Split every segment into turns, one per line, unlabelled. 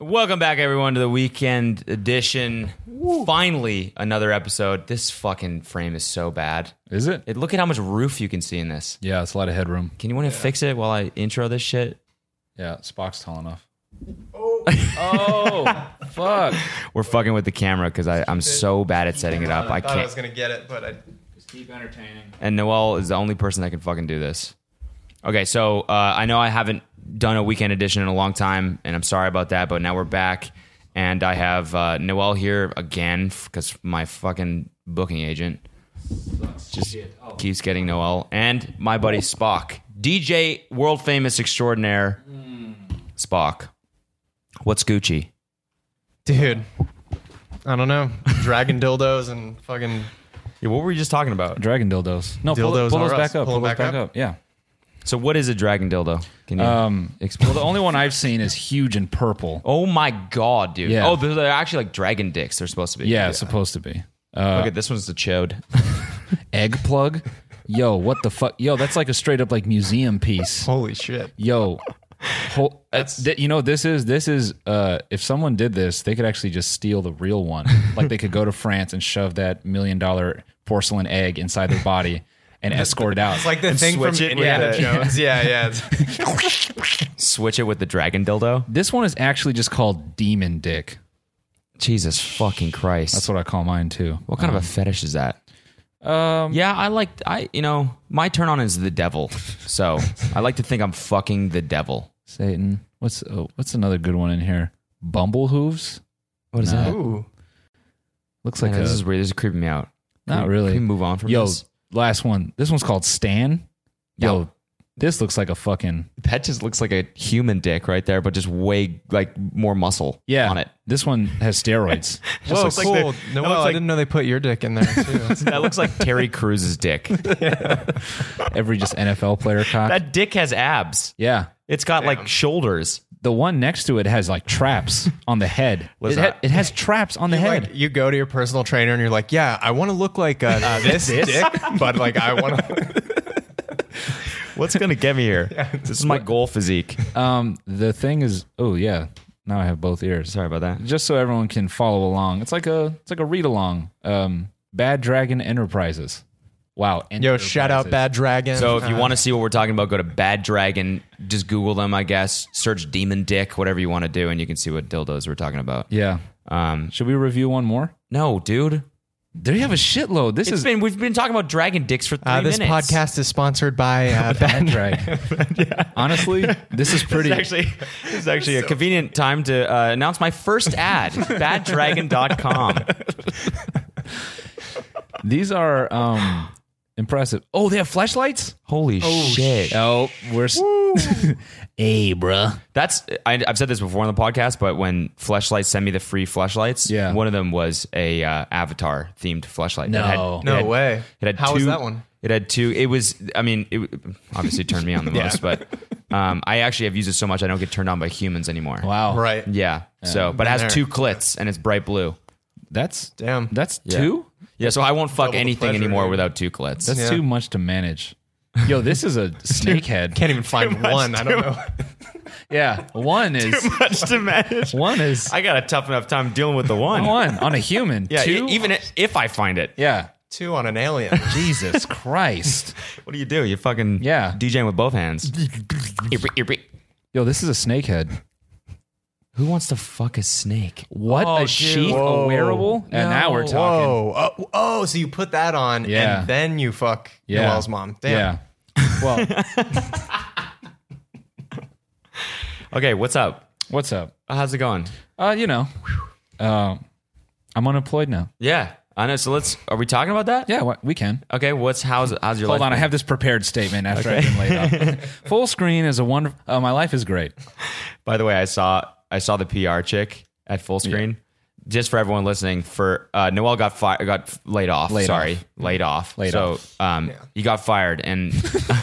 Welcome back, everyone, to the weekend edition. Finally, another episode. This fucking frame is so bad.
Is it?
It, look at how much roof you can see in this.
Yeah, it's a lot of headroom.
Can you want to fix it while I intro this shit?
Yeah, Spock's tall enough. Oh, oh, fuck!
We're fucking with the camera because I'm so bad at setting it up. I
thought I was
can't.
gonna get it, but I,
Keep entertaining.
And Noel is the only person that can fucking do this. Okay, so uh, I know I haven't done a weekend edition in a long time, and I'm sorry about that, but now we're back. And I have uh, Noel here again because my fucking booking agent. just keeps getting Noel and my buddy Spock, DJ world famous extraordinaire Spock. What's Gucci?
dude, I don't know, dragon dildos and fucking
Yeah, what were we just talking about?
Dragon dildos. No, pull,
Dildos
pull
are
those
us.
back up.
Pull
Pull, those back,
them back
up. Yeah.
So, what is a dragon dildo? Can you
Um,
explain?
well, the only one I've seen is huge and purple.
oh my god, dude!
Yeah.
Oh, they're they're actually like dragon dicks. They're supposed to be.
Yeah, it's supposed to be
Look at this one's the chode.
egg plug. Yo, what the fuck? Yo, that's like a straight up like museum piece.
holy shit.
Yo, whole, uh, th- you know what this is this is uh, if someone did this, they could actually just steal the real one. like they could go to France and shove that million dollar porcelain egg inside their body and escort it out.
It's like the thing from
switch it with
Indiana
the-
Jones. Yeah, yeah. It's-
Switch it with the dragon dildo.
This one is actually just called Demon Dick.
Jesus fucking Christ!
That's what I call mine too.
What kind of a fetish is that? Um, yeah, I like I you know my turn on is the devil, so I like to think I'm fucking the devil.
Satan? What's oh, what's another good one in here? Bumble hooves?
What is that?
Ooh,
Looks like a,
this is weird. This is creeping me out.
not
Can we-
really.
Can we move on from
Yo,
this?
last one. This one's called Stan. Yo,
Yeah.
this looks like a fucking
That just looks like a human dick right there, but just way like more muscle.
yeah.
on it.
This one has steroids. Just
whoa,
like-
cool. no, I
like-
didn't know they put your dick in there too.
That looks like Terry Cruz's dick.
every just NFL player cock.
That dick has abs.
yeah.
It's got like shoulders.
The one next to it has like traps on the head. It,
What's
ha-
that?
it has traps on the head.
like you go to your personal trainer and you're like, yeah, I want to look like uh, uh, this, dick, but like I want to.
What's gonna get me here? This is my goal physique.
um, the thing is, oh yeah, now I have both ears.
Sorry about that.
just so everyone can follow along. It's like a it's like a read along. Um, Bad Dragon Enterprises. Wow.
Yo, shout out Bad Dragon. Uh,
So if you want to see what we're talking about, go to Bad Dragon. Just Google them, I guess. Search Demon Dick, whatever you want to do, and you can see what dildos we're talking about.
Yeah.
Um,
Should we review one more?
no, dude.
There you have a shitload. This
It's
is
been we've been talking about dragon dicks for three
uh, this
minutes.
podcast is sponsored by uh,
Bad Dragon. Honestly, this is pretty.
actually it's actually a convenient time to uh, announce my first ad baddragon.com
these are um impressive. Oh, they have flashlights.
holy shit
Oh, we're. s- hey, bruh.
that's I, i've said this before on the podcast but when fleshlights sent me the free fleshlights
Yeah.
one of them was a uh, avatar themed fleshlight
No.
No
it had,
way.
it had
How
two,
was that one?
it had two it was i mean it obviously turned me on the most but um, i actually have used it so much i don't get turned on by humans anymore
Wow.
Right.
yeah, so but it has
there.
two clits and it's bright blue
That's
Damn.
That's two.
yeah so i won't fuck
Double the
anything
pleasure,
anymore
dude.
without two clits
That's
Yeah.
too much to manage. Yo, this is a snake head.
Can't even find one. I don't know.
Yeah, one is
much to manage
one is
I got a tough enough time dealing with the one.
one on a human.
Yeah,
two,
e- even i- if I find it,
yeah.
Two on an alien.
Jesus Christ.
what do you do? You fucking
Yeah.
DJing with both hands.
Yo, this is a snakehead.
Who wants to fuck a snake?
What
Oh,
a
dude.
sheath, a
Whoa.
wearable, and now we're
No.
talking.
Oh, oh, oh, so you put that on
Yeah.
and then you fuck
Yeah.
Noel's mom. Damn.
Yeah. Well,
Okay, what's up?
what's up?
Uh, How's it going?
Uh, you know, uh, I'm unemployed now.
Yeah, I know. So let's. Are we talking about that?
Yeah, wha- we can.
Okay. What's how's how's your
Hold
life?
on, I have this prepared statement after I've been laid off. Full screen is a wonderful. Uh, my life is great.
By the way, I saw I saw the PR chick at full screen. Just for everyone listening, for uh, Noel got fired, got f- laid off.
Laid
sorry,
off.
laid off.
Laid
so, um, he got fired, and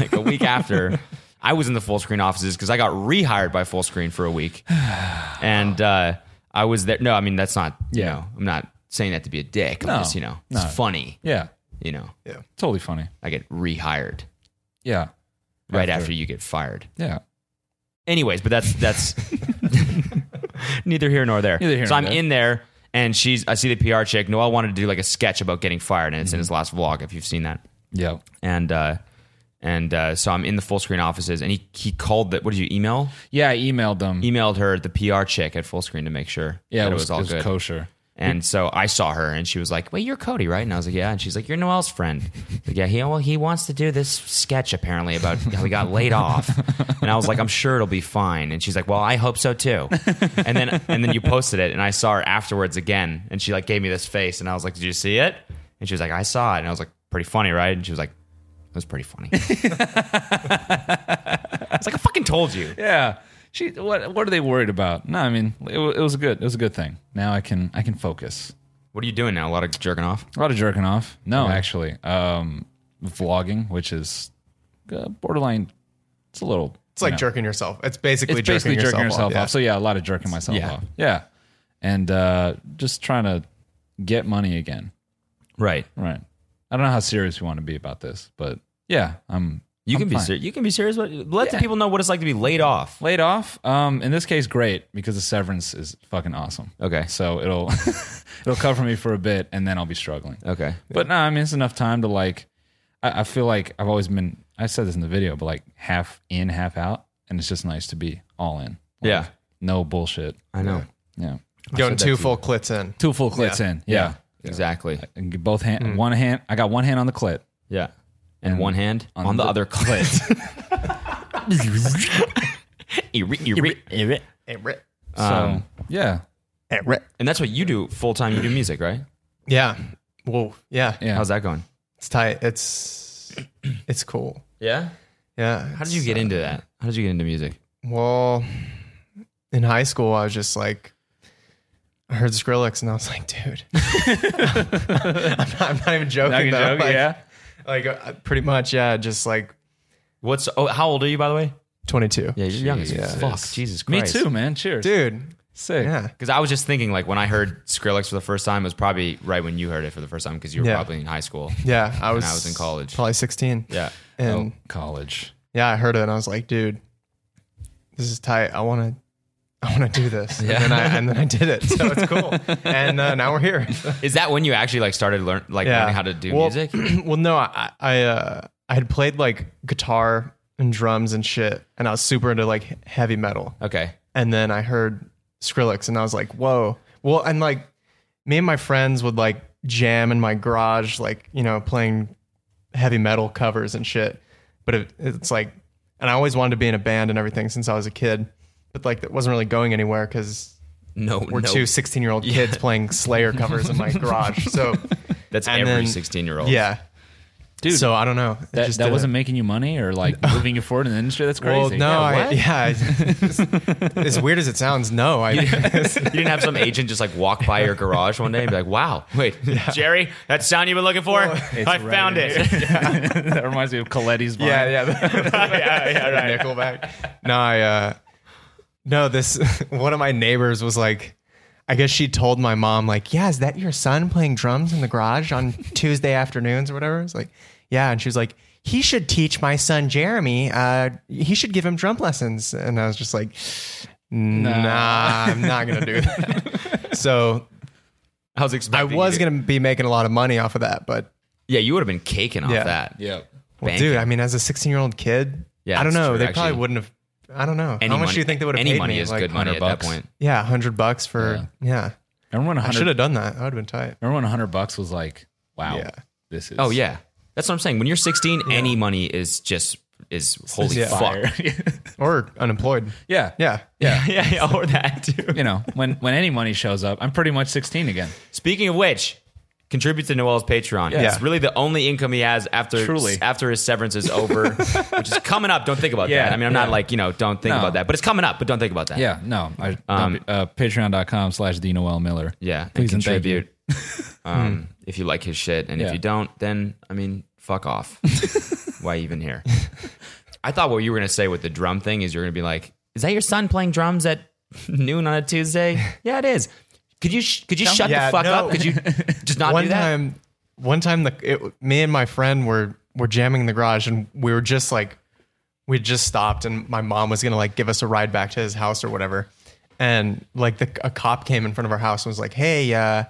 like a week after, I was in the full screen offices because I got rehired by full screen for a week, and uh, I was there. No, I mean that's not. You
Yeah.
know, I'm not saying that to be a dick.
No,
I'm just you know,
no.
it's funny.
Yeah,
You know,
totally funny.
I get rehired
Yeah,
right after you get fired.
yeah.
Anyways, but that's that's neither here nor there.
Neither here
so
nor
I'm
there.
in there, and she's. I see the PR chick. Noel wanted to do like a sketch about getting fired, and it's in
Mm-hmm.
his last vlog. If you've seen that,
Yeah.
and uh, and uh, so I'm in the full screen offices, and he he called the what did you email?
Yeah, I emailed them.
Emailed her the PR chick at full screen to make sure
yeah,
that
it was,
all
it was
good.
kosher.
And so I saw her, and she was like, "Wait, you're Cody, right?" And I was like, "Yeah." And she's like, "You're Noel's friend." I was like, yeah, he well, he wants to do this sketch apparently about how he got laid off. And I was like, "I'm sure it'll be fine." And she's like, "Well, I hope so too." And then and then you posted it, and I saw her afterwards again, and she like gave me this face, and I was like, "Did you see it?" And she was like, "I saw it," and I was like, "Pretty funny, right?" And she was like, "It was pretty funny." it's like I fucking told you.
Yeah. She what what are they worried about? No, I mean, it, wa- it was good. It was a good thing. Now I can I can focus.
What are you doing now? A lot of jerking off.
A lot of jerking off. No, actually. Um vlogging, which is uh, borderline it's a little
It's like jerking yourself. It's basically,
it's basically jerking, yourself, off.
yeah.
So yeah, a lot of jerking myself
Yeah.
off. Yeah. And uh just trying to get money again.
Right.
Right. I don't know how serious we want to be about this, but yeah, I'm
You
I'm
can be
fine.
ser- you can be serious. But let the
Yeah.
people know what it's like to be laid off.
laid off. Um, in this case, great because the severance is fucking awesome.
Okay.
so it'll it'll cover me for a bit, and then I'll be struggling.
Okay.
But no, I mean it's enough time to like. I, I feel like I've always been. I said this in the video, but like half in, half out, and it's just nice to be all in. Like,
Yeah.
no bullshit.
I know.
Yeah,
Going two full clits in.
two full clits in. Yeah,
Exactly.
And get both hand, one hand. I got one hand on the clit.
Yeah. And one hand on, the,
the-
other clit. Eerie, eerie, eerie.
Eh, rip.
So yeah,
Eh, rip.
and that's what you do full time. You do music, right?
Yeah. Whoa. Yeah.
yeah.
How's that going?
It's tight. It's it's cool.
Yeah.
Yeah.
How did you get into that? How did you get into music?
Well, in high school, I was just like, I heard Skrillex, and I was like, dude, I'm, not, I'm not even joking. though. like, like uh, pretty much, yeah, just like
What's oh? How old are you, by the way?
22.
Yeah, you're young as
Jesus.
fuck. Jesus
Me
Christ.
too, man. Cheers,
dude.
Sick.
Yeah,
Because I was just thinking, like when I heard Skrillex for the first time, it was probably right when you heard it for the first time because you were
Yeah.
probably in high school.
yeah. I was
I was in college.
probably 16.
Yeah. Oh.
and
Oh, College.
yeah, I heard it, and I was like, dude, this is tight. I want to. I want to do this, and then I and then I did it, so it's cool. and uh, now we're here.
Is that when you actually like started learn like learning how to do
Well-
music?
well, no, I I, uh, I had played like guitar and drums and shit, and I was super into like heavy metal.
Okay.
And then I heard Skrillex, and I was like, whoa. Well, and like me and my friends would like jam in my garage, like you know, playing heavy metal covers and shit. But it, it's like, and I always wanted to be in a band and everything since I was a kid, but like that wasn't really going anywhere because
No,
we're
no.
two 16 year old kids playing Slayer covers in my garage. So
That's
and
every
then-
sixteen year old.
yeah.
Dude.
so I don't know. It
That,
just
that
didn't-
wasn't making you money or like moving you forward in the industry. That's crazy.
Well, no,
Yeah,
I-
what?
yeah. it's- as weird as it sounds, no, I
You didn't have some agent just like walk by your garage one day and be like, "Wow, wait, Jerry, that sound you've been looking for? I found it."
that reminds me of Coletti's. Vine.
yeah, yeah,
yeah, yeah, right.
Nickelback. No, I, uh, no, this one of my neighbors was like, I guess she told my mom like, yeah, is that your son playing drums in the garage on Tuesday afternoons or whatever? It's like, yeah, and she was like. He should teach my son Jeremy. Uh, he should give him drum lessons. And I was just like, Nah, I'm not gonna do that. so
I was
I
expecting. you
was gonna be making a lot of money off of that, but
Yeah, you would have been caking off
Yeah.
that.
Yeah.
Banking.
dude, I mean, as a 16 year old kid,
Yeah,
I don't
that's
know.
true,
they
actually.
probably wouldn't have. I don't know.
Any
How much
money-
do you think they would have
Any
paid
money
me?
is
Like,
good money at
100
that
bucks.
point.
Yeah, 100 bucks for yeah.
Remember when
I
100,
should have done that. I would have been tight.
remember when 100 bucks was like, wow,
Yeah.
this is.
Oh yeah, that's what I'm saying. When you're 16, any money is just is holy
Yeah.
fuck.
Fire.
Or unemployed.
yeah.
Yeah.
Yeah, yeah, or that too.
You know, when, when any money shows up, I'm pretty much 16 again.
Speaking of which, contribute to Noel's Patreon.
Yeah.
It's really the only income he has after
Truly.
after his severance is over, which is coming up. Don't think about
Yeah,
that. I mean, I'm not
yeah.
like you know, don't think
No.
about that, but it's coming up. But don't think about that.
Yeah. No. I, uh, Patreon.com slash D Noel Miller.
yeah, and
Please and thank Hmm.
contribute um, if you like his shit, and if
Yeah.
you don't, then I mean, fuck off. Why even here? I thought what you were gonna say with the drum thing is you're gonna be like, "Is that your son playing drums at noon on a Tuesday?" yeah, it is. Could you sh- could you shut
Yeah,
the fuck
no.
up? Could you just not
one
do that?
time, one time, the it, me and my friend were were jamming in the garage, and we were just like, we just stopped, and my mom was gonna like give us a ride back to his house or whatever, and like the, a cop came in front of our house and was like, "Hey, uh,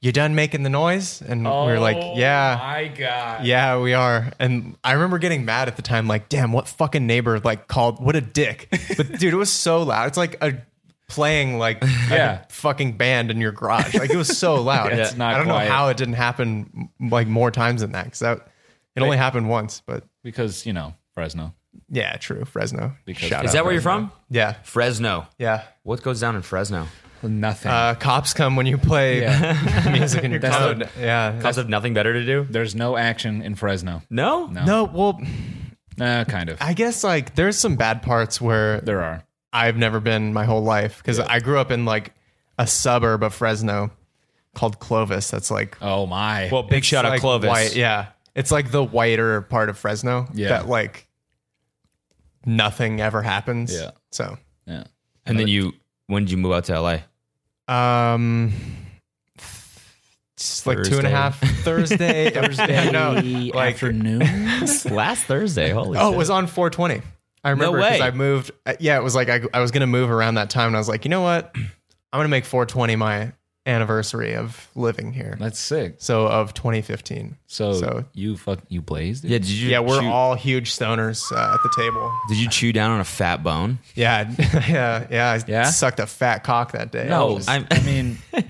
you done making the noise?" And we were like,
Oh
"Yeah."
My God.
Yeah, we are. And I remember getting mad at the time, like, damn, what fucking neighbor like called what a dick. But dude, it was so loud. It's like a playing like
Yeah.
a fucking band in your garage. Like it was so loud.
It's
I-
not
I don't
quiet.
know how it didn't happen m- like more times than that. Cause that it only happened once, but
Because, you know, Fresno.
yeah, true. Fresno.
Because-
Shout
Is
Is
out
that where you're
Fresno.
from?
Yeah.
Fresno.
Yeah.
What goes down in Fresno?
Nothing.
Uh, cops come when you play music in your
That's
code. yeah.
Cops have nothing better to do.
There's no action in Fresno.
No.
no, well,
Uh, kind of.
I guess like there's some bad parts where
there are.
I've never been my whole life because I grew up in like a suburb of Fresno called Clovis. That's like
Oh, my.
Well, big shout out
like
Clovis.
White, yeah, it's like the whiter part of Fresno.
Yeah.
that like nothing ever happens.
Yeah.
So,
yeah.
And then you, when did you move out to LA?
um, it's like two and
Thursday.
a half Thursday. Thursday. no, like
afternoon.
Last Thursday. Holy.
oh, it was on 420. I remember
way.
because I moved. uh, Yeah, it was like I, I was gonna move around that time, and I was like, you know what, I'm gonna make 420 my anniversary of living here.
That's sick.
So of 2015.
So,
So-
you fuck you blazed it?
Yeah. Did you?
Yeah, we're
chew,
all huge stoners uh, at the table.
Did you chew down on a fat bone?
Yeah, yeah, yeah. I
Yeah?
sucked a fat cock that day.
No,
I was-
I'm,
I mean,
I was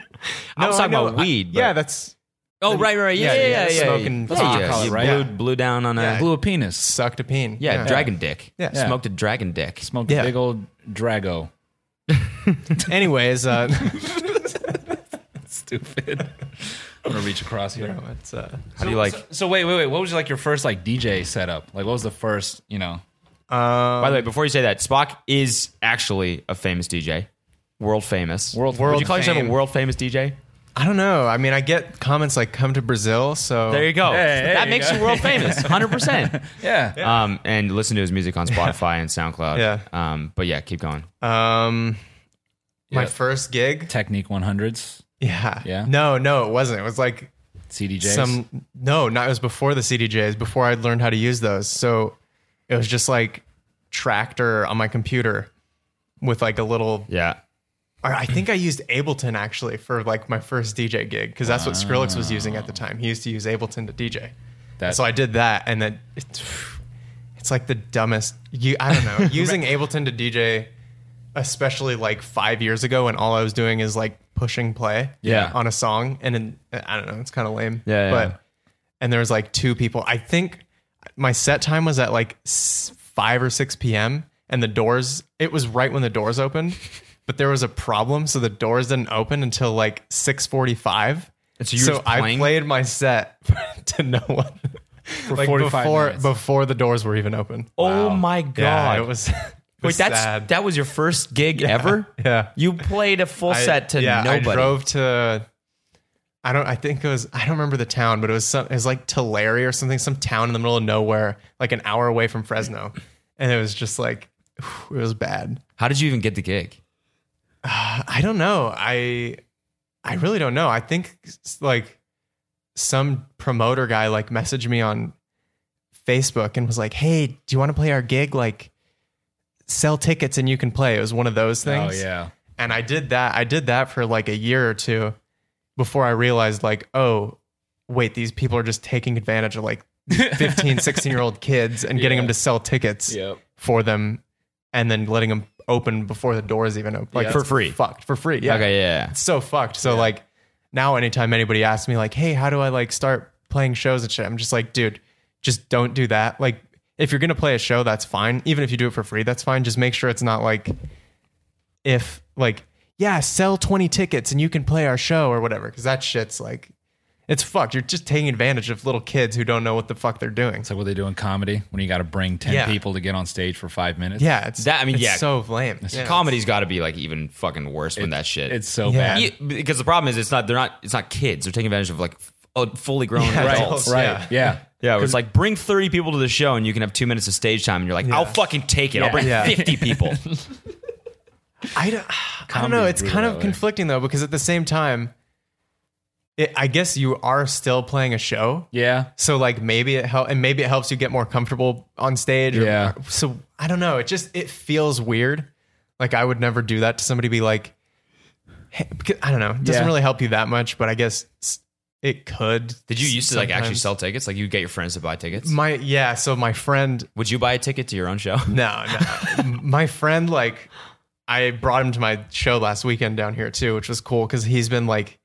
No, I
talking
know.
about
I-
weed. but-
yeah, that's
Oh, right, right. Yeah,
yeah,
yeah,
yeah,
yeah. yeah, yeah,
smoking
That's what you
pot.
call it, right?
Yeah.
Blew, blew down on a.
blew a penis.
sucked a peen.
yeah, dragon dick.
Yeah.
Yeah.
Smoked a dragon dick.
Smoked a
Yeah.
big old Drago.
Anyways, uh,
Stupid. I'm gonna reach across here.
it's, uh,
How do you like?
So, so wait, wait, wait. What was like your first like DJ setup? Like, what was the first? You know,
by the way, before you say that, Spock is actually a famous DJ, world famous.
World-
Would
World
you call yourself a
fame.
world famous DJ?
I don't know. I mean, I get comments like "come to Brazil," so
There you go.
Hey, there
that
you
makes
go.
you world famous, hundred percent.
yeah.
Um, and listen to his music on Spotify and SoundCloud.
Yeah.
Um, but yeah, keep going.
Um, my
Yeah.
first gig.
Technique 100s,
Yeah.
Yeah.
No, no, it wasn't. It was like
CDJs.
some no not it was before the cdjs before i'd learned how to use those so it was just like tractor on my computer with like a little
Yeah.
or i think i used ableton actually for like my first dj gig because that's what skrillex was using at the time he used to use ableton to dj
That-
so i did that and then it's, it's like the dumbest you i don't know using ableton to dj especially like five years ago when all i was doing is like pushing play
Yeah.
on a song and then i don't know it's kind of lame
Yeah, yeah.
but and there was like two people. I think my set time was at like s- five or six p.m. and the doors. It was right when the doors opened, but there was a problem, so the doors didn't open until like six forty-five.
And so you were just
I
playing?
played my set to no one for
45
before
minutes.
before the doors were even open.
Oh my god.
Yeah, it was. it
Wait,
was
that's
sad.
that was your first gig ever.
yeah.
You played a full
I-
set to
yeah,
nobody.
I drove to. I don't. I think it was. I don't remember the town, but it was some. It was like Tulare or something. Some town in the middle of nowhere, like an hour away from Fresno, and it was just like it was bad.
How did you even get the gig?
I don't know. I I really don't know. I think s- like some promoter guy like messaged me on Facebook and was like, "Hey, do you want to play our gig? Like, sell tickets and you can play." It was one of those
Oh
things.
yeah.
And I did that. I did that for like a year or two before I realized, like, oh, wait, these people are just taking advantage of like 15, 16 year old kids and getting
Yeah.
them to sell tickets
Yep.
for them and then letting them open before the doors even open. Like,
Yeah.
For
it's
free.
Fucked for free. Yeah.
Okay, yeah.
It's so fucked. So, like, now anytime anybody asks me, like, hey, how do I like start playing shows and shit? I'm just like, dude, just don't do that. Like, if you're going to play a show, that's fine. Even if you do it for free, that's fine. Just make sure it's not like, if like yeah sell 20 tickets and you can play our show or whatever because that shit's like it's fucked you're just taking advantage of little kids who don't know what the fuck they're doing
It's like what they do in comedy when you got to bring ten
Yeah.
people to get on stage for five minutes.
yeah it's
That- I mean,
it's
yeah.
so lame yeah.
Comedy's got to be like even fucking worse when that shit.
It's so
Yeah.
bad.
Yeah, because the problem is it's not they're not it's not kids. They're taking advantage of like f- uh, fully grown
Yeah,
adults.
adults.
Right. Yeah.
Yeah, where it's like bring thirty people to the show and you can have two minutes of stage time, and you're like, I'll fucking take it. I'll bring
Yeah.
fifty people.
I don't, I don't know
Comedy's
it's
brutal
kind
that
of
way.
conflicting though because at the same time it, i guess you are still playing a show
Yeah.
so like maybe it help and maybe it helps you get more comfortable on stage or-
Yeah.
so i don't know it just it feels weird Like I would never do that to somebody. Be like, hey, because, I don't know. It doesn't
Yeah.
really help you that much, but I guess s- it could.
Did you used to like actually
sometimes.
sell tickets? Like you get your friends to buy tickets?
My yeah. So my friend
Would you buy a ticket to your own show?
No, no. my friend, like, I brought him to my show last weekend down here too, which was cool because he's been like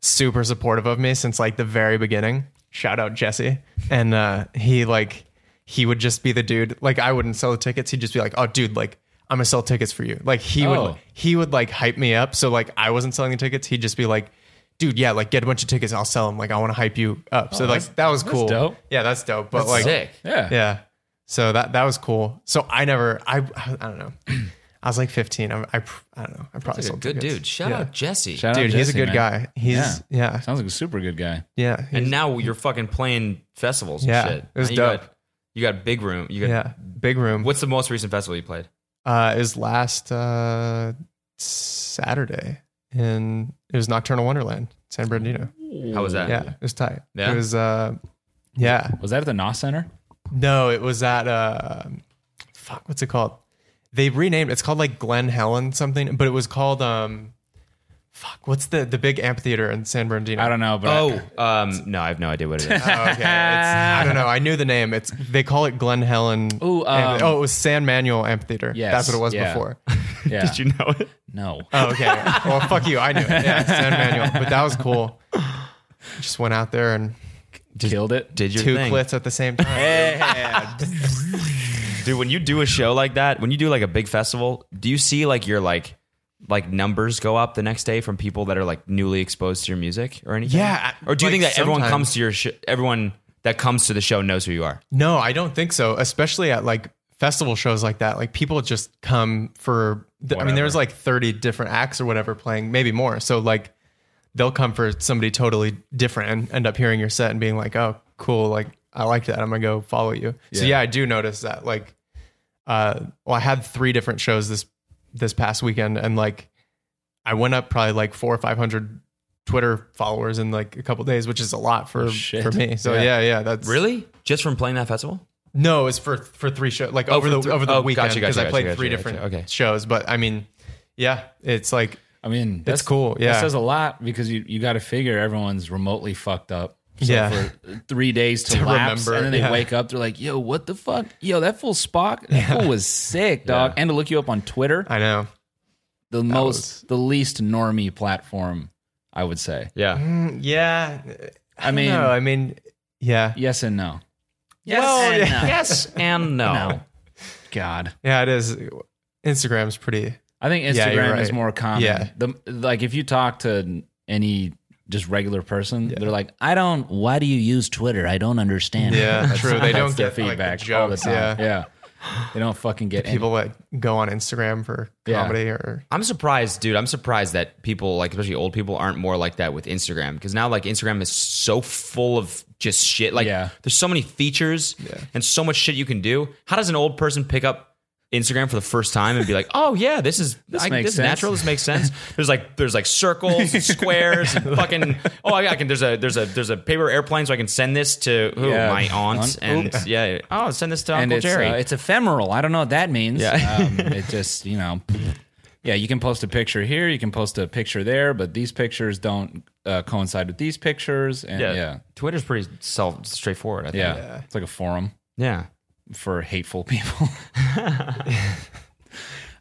super supportive of me since like the very beginning. Shout out Jesse. And uh, he like he would just be the dude. Like I wouldn't sell the tickets. He'd just be like, "Oh, dude, like I'm gonna sell tickets for you." Like he would
Oh.
he would like hype me up. So like I wasn't selling the tickets. He'd just be like. Dude, yeah, like get a bunch of tickets. I'll sell them. Like I want to hype you up. So like that was cool.
dope.
Yeah, that's dope. But like,
Sick.
Yeah.
yeah. So that that was cool. So I never I I don't know. I was like 15. I I, pr- I don't know. I probably
He's a
sold
good
tickets.
dude. Shout out Jesse.
Shout out
Dude, he's a
Jesse,
good
man.
guy. He's yeah.
Sounds like a super good guy.
Yeah. He's,
and now you're fucking playing festivals and
Yeah,
shit.
it was
Now you
dope.
Got, you got big room. You got
yeah. Big room.
what's the most recent festival you played?
Uh is last uh Saturday in it was Nocturnal Wonderland, San Bernardino.
How was that?
Yeah. It was tight.
Yeah?
It was uh yeah.
Was that at the NOS Center?
No, it was at uh, fuck, what's it called? They renamed it's called like Glen Helen something, but it was called um, fuck, what's the the big amphitheater in San Bernardino?
I don't know, but
Oh, um, no, I have no idea what it is.
Oh, okay, it's, I don't know. I knew the name. It's they call it Glen Helen.
Ooh, um,
oh, it was San Manuel Amphitheater.
Yes,
that's what it was
yeah.
before.
yeah.
Did you know it?
no.
Oh, okay. well, fuck you. I knew it. Yeah, San Manuel. But that was cool. Just went out there and
Killed it.
Did your
two
thing.
clits at the same time.
Dude, when you do a show like that, when you do like a big festival, do you see like your like like numbers go up the next day from people that are like newly exposed to your music or anything?
Yeah,
Or do you
like,
think that everyone
sometimes.
comes to your sh- everyone that comes to the show knows who you are?
No, I don't think so. Especially at like festival shows like that. Like people just come for. th- I mean, there was like thirty different acts or whatever playing, maybe more. So like, they'll come for somebody totally different and end up hearing your set and being like, "Oh, cool! Like I like that. I'm gonna go follow you." So
Yeah.
yeah, I do notice that. Like, uh, well, I had three different shows this this past weekend, and like, I went up probably like four or five hundred. Twitter followers in like a couple days, which is a lot for
Oh, Shit.
for me. So
Yeah.
yeah, yeah, that's
Really? Just from playing that festival?
no, it's for for three shows, like over
for
the
three-
over the
oh,
weekend
gotcha,
because
gotcha,
I played
gotcha,
three
gotcha,
different
okay.
shows. But I mean, yeah, it's like
I mean, that's
cool, yeah.
that says a lot because you, you got to figure everyone's remotely fucked up. So
Yeah.
for three days to,
To
lapse,
remember,
and then they
yeah.
wake up, they're like, "Yo, what the fuck? Yo, that fool Spock, that fool was sick, dog." And to look you up on Twitter,
I know.
the most, the least normie platform, I would say.
Yeah.
Mm, yeah,
I, mean,
no, I mean, yeah,
yes and no. Yes
Well,
and
yeah.
no.
yes and no.
No. God,
yeah, it is. Instagram's pretty.
I think
Yeah,
Instagram
you're
is
right.
more common.
Yeah.
The, like if you talk to any just regular person, they're like, I don't, why do you use Twitter? I don't understand.
Yeah, true. They
that's
don't
their
get like, the
all the
jokes.
time.
Yeah.
Yeah. They don't fucking get any-
people that go on Instagram for
Yeah.
comedy or
I'm surprised, dude. I'm surprised that people, like especially old people, aren't more like that with Instagram because now, like, Instagram is so full of just shit. Like,
Yeah.
there's so many features and so much shit you can do. How does an old person pick up Instagram for the first time and be like, "Oh yeah, this is this, I,
makes
this is
sense."
natural. This makes sense." There's like there's like circles, and squares, and fucking. Oh, I I can. There's a there's a there's a paper airplane, so I can send this to who
Yeah.
my aunt,
Aunt?
and yeah. Oh, send this to
And
Uncle
it's,
Jerry.
uh, it's ephemeral. I don't know what that means.
Yeah.
Um, it just, you know, yeah, you can post a picture here, you can post a picture there, but these pictures don't uh, coincide with these pictures. And yeah. Yeah.
Twitter's pretty self straightforward. I think.
It's like a forum.
yeah.
for hateful people. I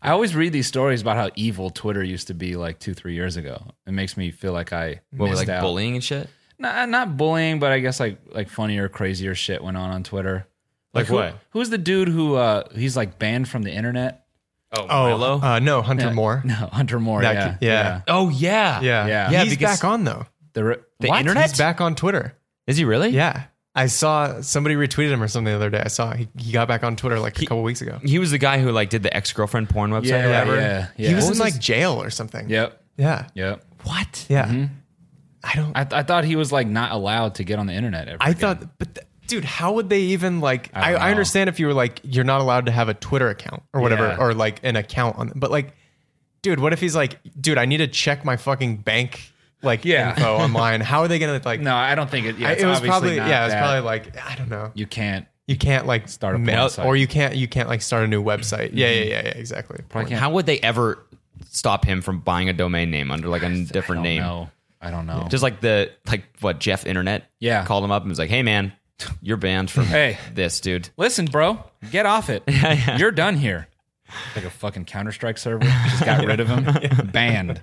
always read these stories about how evil Twitter used to be like two, three years ago. It makes me feel like I
What,
missed
like
out.
bullying and shit.
Nah, not bullying, but I guess like like funnier, crazier shit went on on Twitter.
Like
who-
what?
Who's the dude who uh he's like banned from the internet?
Oh,
oh uh, no Hunter Moore.
No, Hunter Moore.
That
yeah,
kid- yeah.
oh yeah,
Yeah,
Yeah.
Yeah,
he's
because-
back on though.
The, re-
The
what?
internet?
He's back on Twitter.
Is he really?
Yeah, I saw somebody retweeted him or something the other day. I saw he, he got back on Twitter like a couple weeks ago.
He was the guy who like did the ex girlfriend porn website.
Yeah,
or
yeah,
whatever.
yeah,
He was
What
in
his-
like jail or something.
Yep,
yeah,
yep.
What?
yeah. I don't.
I, I thought he was like not allowed to get on the internet. Ever
I
again.
thought, but th- dude, how would they even like?
I
I,
don't
I,
know.
understand if you were like, you're not allowed to have a Twitter account or whatever,
Yeah.
or like an account on, but like, dude, what if he's like, dude, I need to check my fucking bank like
Yeah.
info online. online. How are they gonna like?
no, I don't think it. Yeah,
I-
it's
it was
obviously
probably
not
yeah, it was
that.
probably like I don't know.
you can't
You can't like
Start a porn
mail-
site. Mm-hmm.
or you can't you can't like start a new website. Yeah, yeah, yeah, yeah exactly.
Probably can't-
How would they ever stop him from buying a domain name under like a different
I don't
name?
know. I don't know.
Just like the like what Jeff Internet
Yeah.
called him up and was like, "Hey man, you're banned from
Hey.
this dude."
Listen, bro, get off it. You're done here. Like a fucking Counter Strike server. Just got rid of him. Banned.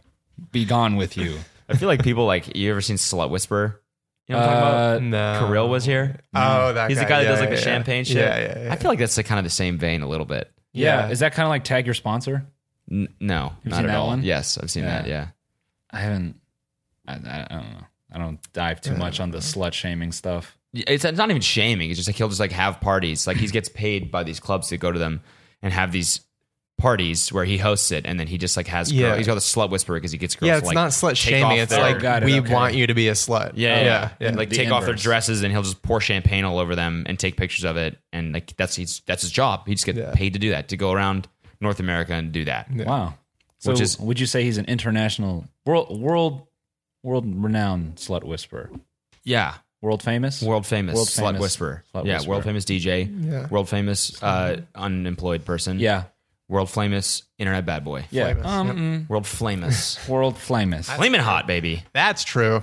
Be gone with you.
I feel like people like you ever seen Slut Whisperer? You know what I'm
Uh,
talking
No.
about? Kirill was here.
Oh, that
He's
guy.
the guy that
Yeah,
does like the
yeah, yeah.
champagne shit.
Yeah, yeah, yeah.
I feel like that's the kind of the same vein a little bit.
yeah.
Yeah.
Is that kind of like tag your sponsor?
N- no, not
seen
at
that
all.
one?
Yes, I've seen
Yeah.
that. Yeah.
I haven't. I, I, I don't know. I don't dive too much on the slut shaming stuff.
it's, it's not even shaming. It's just like he'll just like have parties. Like he gets paid by these clubs to go to them and have these parties where he hosts it, and then he just like has. Yeah.
Yeah.
he's got the slut whisperer because he gets girls.
yeah,
to,
it's
like,
not slut
take
shaming.
off
It's
their-
like
Got it,
we
okay.
want you to be a slut.
Yeah, yeah,
yeah. yeah.
And like
The
take off their
inverse.
dresses, and he'll just pour champagne all over them and take pictures of it, and like that's he's that's his job. He just gets
Yeah.
paid to do that to go around North America and do that.
Wow. So
Which is-
would you say he's an international world world world renowned slut whisperer?
Yeah,
World famous?
world famous
World
slut
famous
whisperer.
slut
yeah,
whisperer.
world famous DJ.
Yeah.
World famous uh, unemployed person.
Yeah.
World famous internet bad boy.
Yeah.
Famous,
Um, mm,
World famous.
World famous.
Flaming hot, baby.
That's true.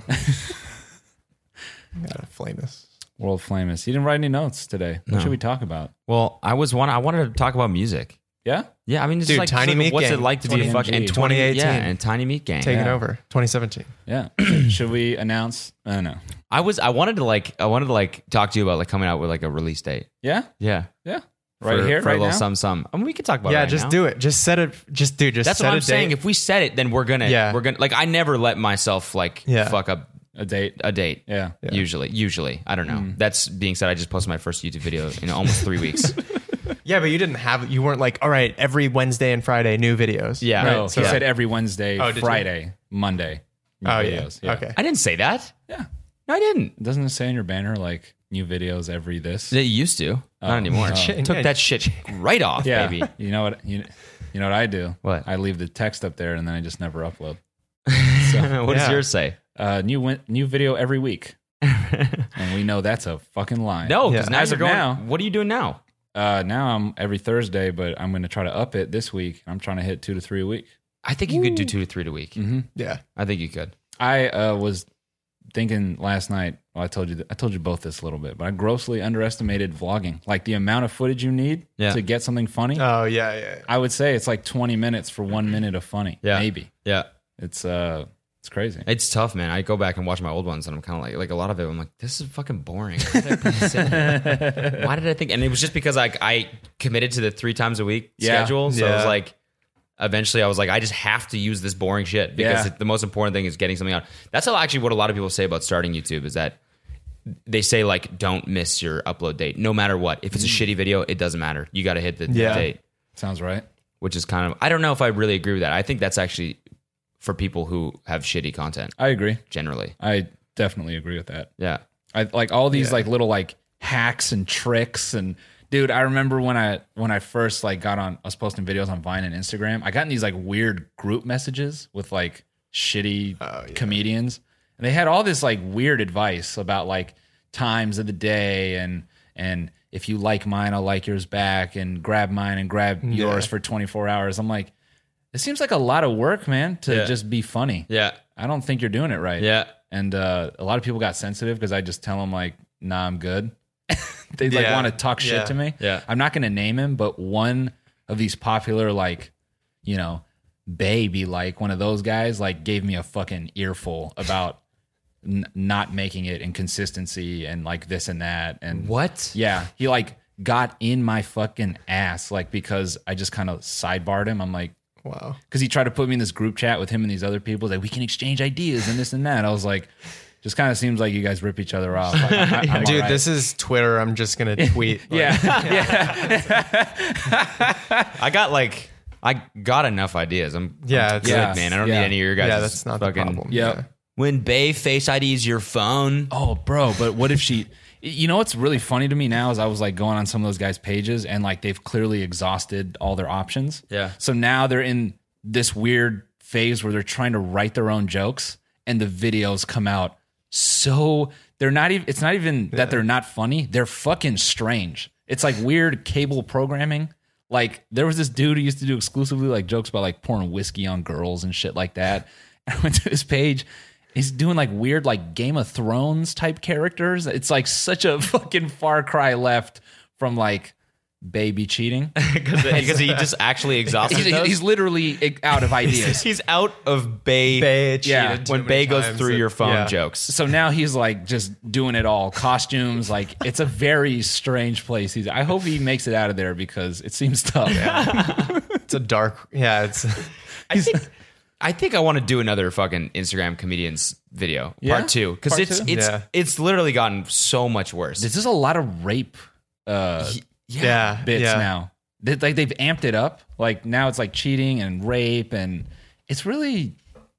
Gotta flame us.
World famous. You didn't write any notes today. What should we talk about?
Well, I was one. I wanted to talk about music.
Yeah.
Yeah, I mean, it's
Dude,
like
Tiny
sort of
Meat
what's
Gang.
it like to be a
20
fucking and
MG.
2018 yeah,
2018.
and Tiny Meat Gang.
Taking
Yeah.
over. 2017.
Yeah. Should- should we announce? I don't know.
I was. I wanted to like. I wanted to like talk to you about like coming out with like a release date.
Yeah.
Yeah,
Yeah. Right
for,
here.
for
right
a little
now?
some some. I mean, we could talk about. it
yeah,
right
just
now.
do it. Just set it. Just dude. Just
That's
set
what
a
I'm
date.
saying. If we set it, then we're gonna.
Yeah.
we're gonna. Like, I never let myself like
Yeah.
fuck up
A date.
a date.
Yeah. Yeah.
Usually, usually, I don't know.
Mm.
That's being said. I just posted my first YouTube video in almost three weeks.
yeah, but you didn't have. You weren't like, all right, every Wednesday and Friday, new videos.
Yeah.
No,
Right,
he
Oh, yeah.
said every Wednesday,
Oh, did you?
Friday, Monday. new
Oh
videos.
yeah. Okay.
I didn't say that.
Yeah.
No, I didn't.
Doesn't it say in your banner like new videos every this?
They used to. Not anymore. Took
Yeah.
that shit right off,
Oh. yeah.
baby.
You know what? You, you know what I do?
What?
I leave the text up there and then I just never upload.
what does
Yeah.
yours say?
Uh, new win- new video every week, and we know that's a fucking lie.
No, because
Yeah.
now
As
you're
of
going.
now-
What are you doing now?
Uh, now I'm every Thursday, but I'm going to try to up it this week. I'm trying to hit two to three a week.
I think you could do two to three a week.
Yeah.
I think you could.
I uh, was thinking last night. Well, I told you, th- I told you both this a little bit, but I grossly underestimated vlogging. Like the amount of footage you need
Yeah.
to get something funny.
Oh yeah, yeah.
I would say it's like 20 minutes for one minute of funny.
Yeah.
maybe
Yeah,
it's uh, it's crazy.
it's tough, man. I go back and watch my old ones, and I'm kind of like, like a lot of it. I'm like, this is fucking boring. Why did I put this in here? Why did I think? And it was just because like I committed to the three times a week
Yeah.
schedule. So I was
Yeah.
like, eventually, I was like, I just have to use this boring shit because
Yeah.
it- the most important thing is getting something out. That's how- actually what a lot of people say about starting YouTube is that they say like, don't miss your upload date, no matter what. If it's a shitty video, it doesn't matter. You got to hit the
Yeah.
date.
Sounds right.
which is kind of I don't know if I really agree with that. I think that's actually for people who have shitty content
I agree.
generally.
I definitely agree with that.
Yeah.
I like all these like little like hacks and tricks and dude, I remember when I when I first like got on I was posting videos on Vine and Instagram. I got in these like weird group messages with like shitty
Oh,
comedians. And they had all this like weird advice about like times of the day and and if you like mine, I'll like yours back and grab mine and grab
Mm,
yours for 24 hours. I'm like, it seems like a lot of work, man, to
Yeah.
just be funny.
Yeah.
I don't think you're doing it right.
Yeah.
And uh, a lot of people got sensitive because I just tell them like, nah, I'm good. they like
Yeah.
want to talk shit
Yeah.
to me.
Yeah.
I'm not gonna name him, but one of these popular like, you know, baby like one of those guys like gave me a fucking earful about n- not making it and consistency and like this and that and
What?
yeah, he like got in my fucking ass like because I just kind of sidebarred him. I'm like,
Wow.
because he tried to put me in this group chat with him and these other people that we can exchange ideas and this and that. I was like, just kind of seems like you guys rip each other off. I, I, I'm
Dude,
alright.
this is Twitter. I'm just gonna tweet. like,
yeah, yeah,
I got like I got enough ideas. I'm
Yeah,
I'm
it's-
good,
Yeah.
man. I don't
Yeah.
need any of your guys.
yeah. That's not the problem.
yeah.
When Bay Face IDs your phone.
Oh, bro, but what if she? You know what's really funny to me now is I was like going on some of those guys' pages and like they've clearly exhausted all their options.
Yeah.
So now they're in this weird phase where they're trying to write their own jokes and the videos come out so they're not even it's not even that they're not funny, they're fucking strange. It's like weird cable programming. Like there was this dude who used to do exclusively like jokes about like pouring whiskey on girls and shit like that. And I went to his page. He's doing like weird like Game of Thrones type characters. It's like such a fucking far cry left from like baby cheating.
because he just actually exhausted
He's,
those.
he's literally out of ideas.
He's out of Bay.
Bay
Yeah.
cheated too
when
many
Bay goes
times
through
that-
your phone
yeah.
jokes.
so now he's like just doing it all costumes like it's a very strange place he's i hope he makes it out of there because it seems tough
It's a dark. Yeah, it's
I think, I think I want to do another fucking Instagram comedians video
Yeah?
part two because
Part
it's
two?
it's
Yeah.
it's literally gotten so much worse.
there's just a lot of rape uh
yeah,
bits
yeah.
now They- like they've amped it up like now it's like cheating and rape and it's really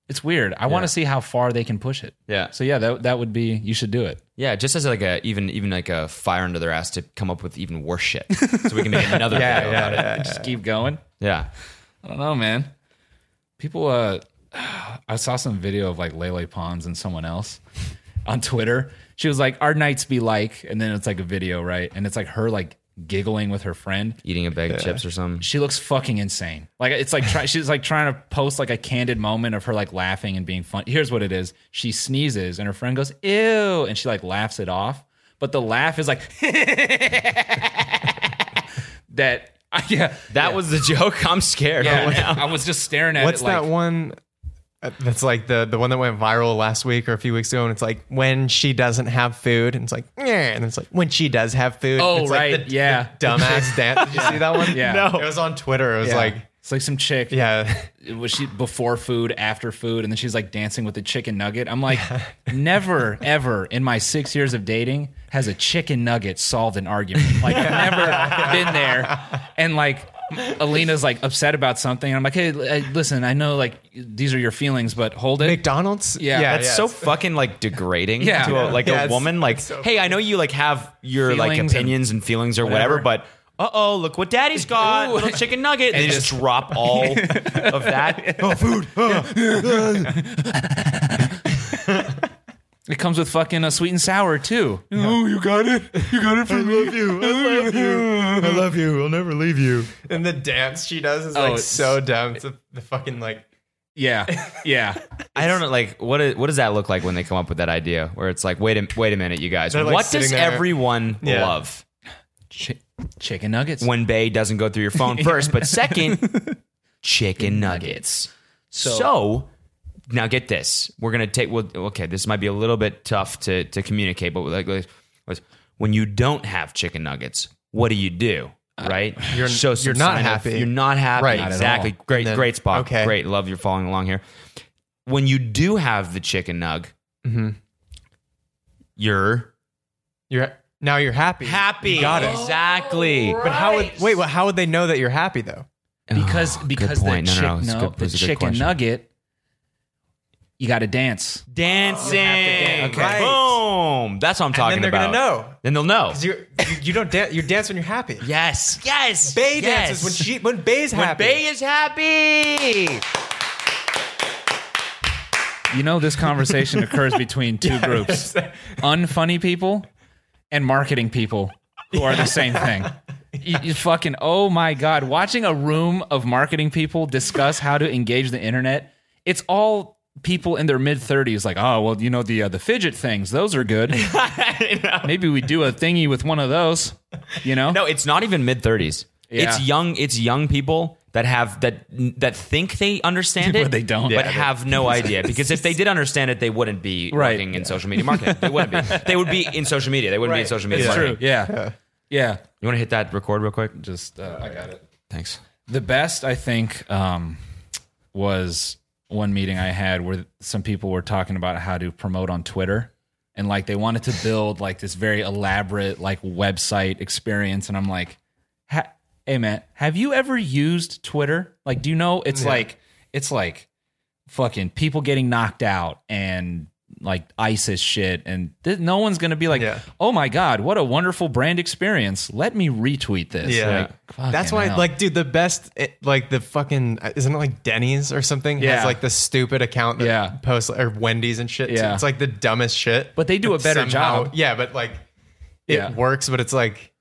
it's weird i want to see how far they can push it
Yeah.
so yeah that, that would be you should do it
yeah, just as like a even even like a fire under their ass to come up with even worse shit, so we can make another
Yeah,
video
yeah,
about it.
yeah.
just keep going
Yeah,
I don't know, man. People, uh, I saw some video of like Lele Pons and someone else on Twitter. She was like, "Our nights be like," and then it's like a video, right? And it's like her like giggling with her friend.
eating a bag of chips or something.
She looks fucking insane. Like it's like try, she's like trying to post like a candid moment of her like laughing and being fun. Here's what it is: she sneezes and her friend goes "ew," and she like laughs it off, but the laugh is like that. Yeah,
That was the joke. I'm scared.
yeah.
right now.
I was just staring at
What's
it. Like,
that one? uh, That's like the the one that went viral last week or a few weeks ago, and it's like when she doesn't have food, and it's like yeah, and it's like when she does have food.
Oh,
it's
right,
Like the,
yeah.
the dumbass dance. Did you see that one?
Yeah. No.
it was on Twitter. It was
Yeah.
like
it's like some chick.
yeah,
It Was she before food, after food, and then she's like dancing with the chicken nugget? I'm like, never, ever in my six years of dating has a chicken nugget solved an argument. Like I've never been there, and like Alina's like upset about something, and I'm like, hey, l- uh, listen, I know like these are your feelings, but hold it.
McDonald's.
Yeah.
That's so fucking like degrading
Yeah.
to a, like
Yeah,
a
it's-
woman. Like,
it's so
hey, I know you like have your like
Feelings and
opinions and, feelings or whatever, but uh oh, look what daddy's got,
Ooh.
little chicken nugget, and they just
just-
drop all of that. Oh, food.
It comes with fucking a sweet and sour too. Oh, you got it. You got it from me.
you. I love you. I love you. I'll never leave you. And the dance she does is like
Oh, it's-
so dumb. It's the, the fucking like
Yeah, yeah.
I don't know, like what? Is, what does that look like when they come up with that idea? Where it's like, wait a wait a minute, you guys,
They're, like,
what does
sitting there.
everyone
Yeah.
love
Chi- chicken nuggets.
when Bay doesn't go through your phone first, but second, chicken nuggets. So, now get this. We're gonna take. Well, okay, this might be a little bit tough to to communicate, but like, like was- when you don't have chicken nuggets, what do you do? Right? Uh, You're
you're not happy.
you're not happy.
Right. Not at
Exactly.
all.
Great.
then-
great spot.
okay.
Great. Love you're following along here. When you do have the chicken nug,
Mm-hmm.
you're
you're now you're happy.
happy. Oh,
You got it.
Exactly.
But how would wait? Well, how would they know that you're happy though?
because
Oh, good
because the,
point. No, no,
chick,
no, it's
no,
a good-
the
it's a good
chicken
question.
nugget you got to dance
Dancing.
dance. Okay.
Boom. That's what I'm talking
then they're
about.
gonna know.
Then they'll know.
Because you you don't dance. You dance when you're happy.
Yes. Yes.
Bay
yes.
dances when she when Bay's
When
happy.
Bay is happy.
you know this conversation occurs between two groups unfunny people and marketing people who are the same thing you, you fucking oh my god watching a room of marketing people discuss how to engage the internet it's all people in their mid 30s like oh well you know the uh, the fidget things those are good maybe we do a thingy with one of those you know
No, it's not even mid 30s.
Yeah.
It's young. It's young people that have that that think they understand it,
But they don't.
but
Yeah, they-
have no idea. Because if they did understand it, they wouldn't be
Right.
working in social media marketing. They wouldn't be. They would be in social media. They wouldn't be in
Right.
social media.
it's
marketing.
true yeah, yeah.
You want to hit that record real quick?
just uh, I got it.
Thanks.
The best I think um, was one meeting I had where some people were talking about how to promote on Twitter and like they wanted to build like this very elaborate like website experience and I'm like ha- hey man have you ever used Twitter like do you know it's like it's like fucking people getting knocked out and like ISIS shit and th- no one's going to be like
Yeah.
oh my god what a wonderful brand experience let me retweet this
Yeah.
Like, fucking
That's why,
hell.
like, dude, the best, it, like, the fucking isn't it like Denny's or something?
Yeah.
has like the stupid account that
Yeah.
posts or Wendy's and shit. too.
Yeah.
it's like the dumbest shit.
But they do a better
somehow-
job.
Yeah, but like, it
Yeah.
works. But it's like,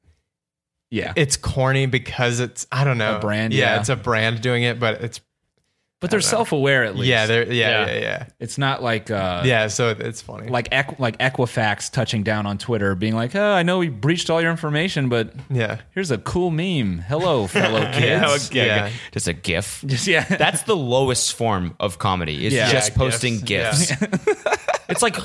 Yeah.
it's corny because it's I don't know
A brand, yeah.
it's a brand doing it, but it's
but they're self aware at least.
yeah, they're yeah, yeah, yeah, yeah.
It's not like uh,
so it's funny.
like Equ- like Equifax touching down on Twitter, being like, "Oh, I know we breached all your information, but
yeah,
here's a cool meme. Hello, fellow kids."
Yeah,
yeah,
okay,
Yeah.
okay. Just a GIF.
Just- yeah.
That's the lowest form of comedy. It's
Yeah.
just
Yeah,
posting
GIFs.
GIFs. it's like